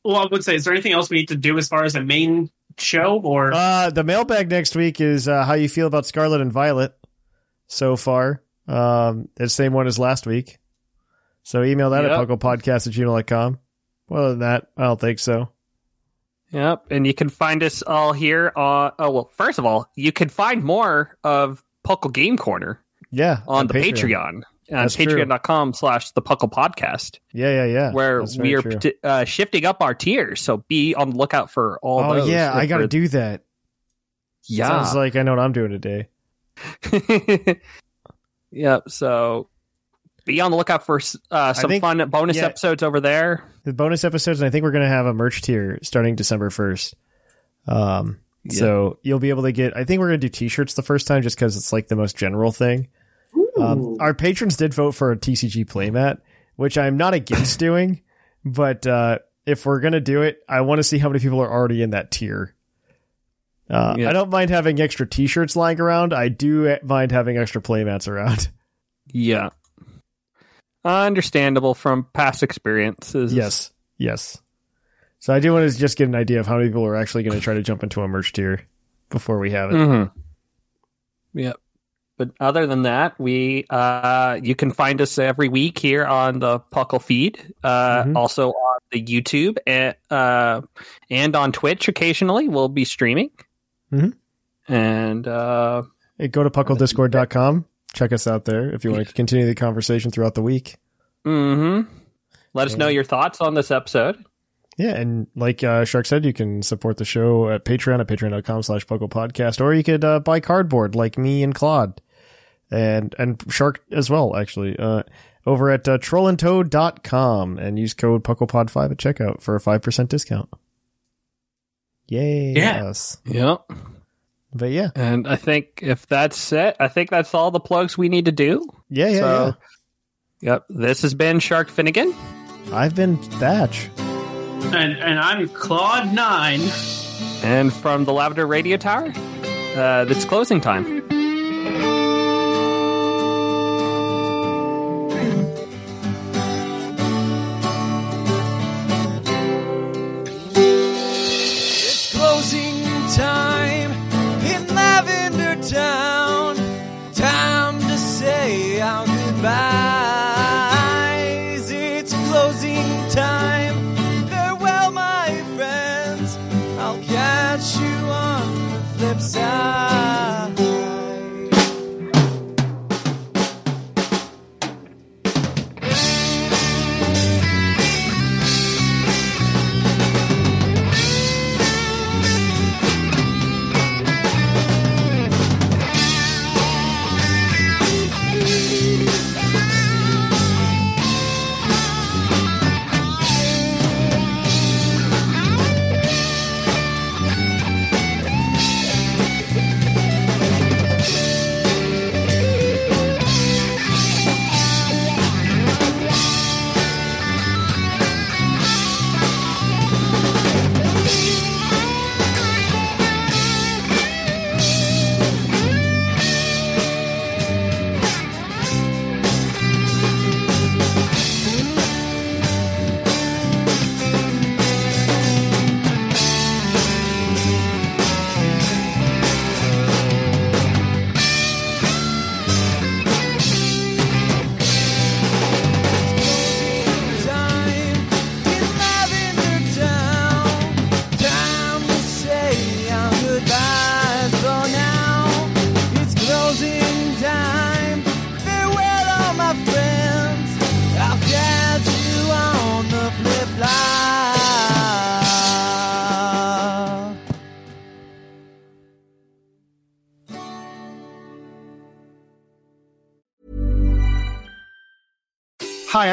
S3: Well, I would say, is there anything else we need to do as far as a main show or?
S2: Uh, the mailbag next week is uh, how you feel about Scarlet and Violet so far. Um, it's the same one as last week. So email that
S4: Yep.
S2: at pucklepodcast at gmail.com. Other than that, I don't think so.
S4: Yep, and you can find us all here. On, oh well, first of all, you can find more of Puckle Game Corner
S2: Yeah.
S4: on, the Patreon, on
S2: That's true.
S4: patreon.com slash the Puckle Podcast,
S2: Yeah, yeah, yeah.
S4: where
S2: That's
S4: we
S2: very
S4: are
S2: true.
S4: pati- uh, shifting up our tiers. So be on the lookout for all
S2: Oh,
S4: those.
S2: yeah.
S4: Look
S2: I got to
S4: for-
S2: do that.
S4: Yeah.
S2: Sounds like I know what I'm doing today.
S4: yep. So be on the lookout for uh, some
S2: think-
S4: fun bonus
S2: yeah.
S4: episodes over there.
S2: The bonus episodes, and I think we're going to have a merch tier starting December 1st. Um,
S4: Yeah.
S2: So you'll be able to get, I think we're going to do t shirts the first time just because it's like the most general thing. Um, our patrons did vote for a TCG playmat, which I'm not against doing, but uh, if we're gonna do it, I want to see how many people are already in that tier. Uh,
S4: Yeah.
S2: I don't mind having extra T-shirts lying around. I do eh, mind having extra playmats around.
S4: Yeah. Understandable from past experiences.
S2: yes, yes. So I do want to just get an idea of how many people are actually going to try to jump into a merch tier before we have it.
S4: Mm-hmm. Yep. But other than that, we uh, you can find us every week here on the Puckle feed, uh,
S2: Mhm.
S4: also on the YouTube and uh, and on Twitch. Occasionally, we'll be streaming.
S2: Mhm.
S4: And uh,
S2: Hey, Go to pucklediscord.com. Check us out there if you want to continue the conversation throughout the week.
S4: hmm let us know your thoughts on this episode.
S2: Yeah, and like uh, Shark said, you can support the show at Patreon at patreon.com slash Puckle Podcast, or you could uh, buy cardboard like me and Claude and and Shark as well, actually, uh, over at uh, trollandtoad.com and use code PucklePod5 at checkout for a 5% discount. Yay.
S3: Yeah.
S2: Yes.
S4: Yep.
S2: But yeah.
S4: And I think if that's it, I think that's all the plugs we need to do.
S2: Yeah, yeah,
S4: So- Yep. This has been Shark Finnegan.
S2: yeah. I've been Thatch.
S3: And and I'm Claude Nine.
S4: And from the Lavender Radio Tower, uh, it's closing time.
S9: It's closing time in Lavender Town. Time to say our goodbyes. It's closing time. Farewell, my friends. I'll catch you on the flip side.
S10: Hi,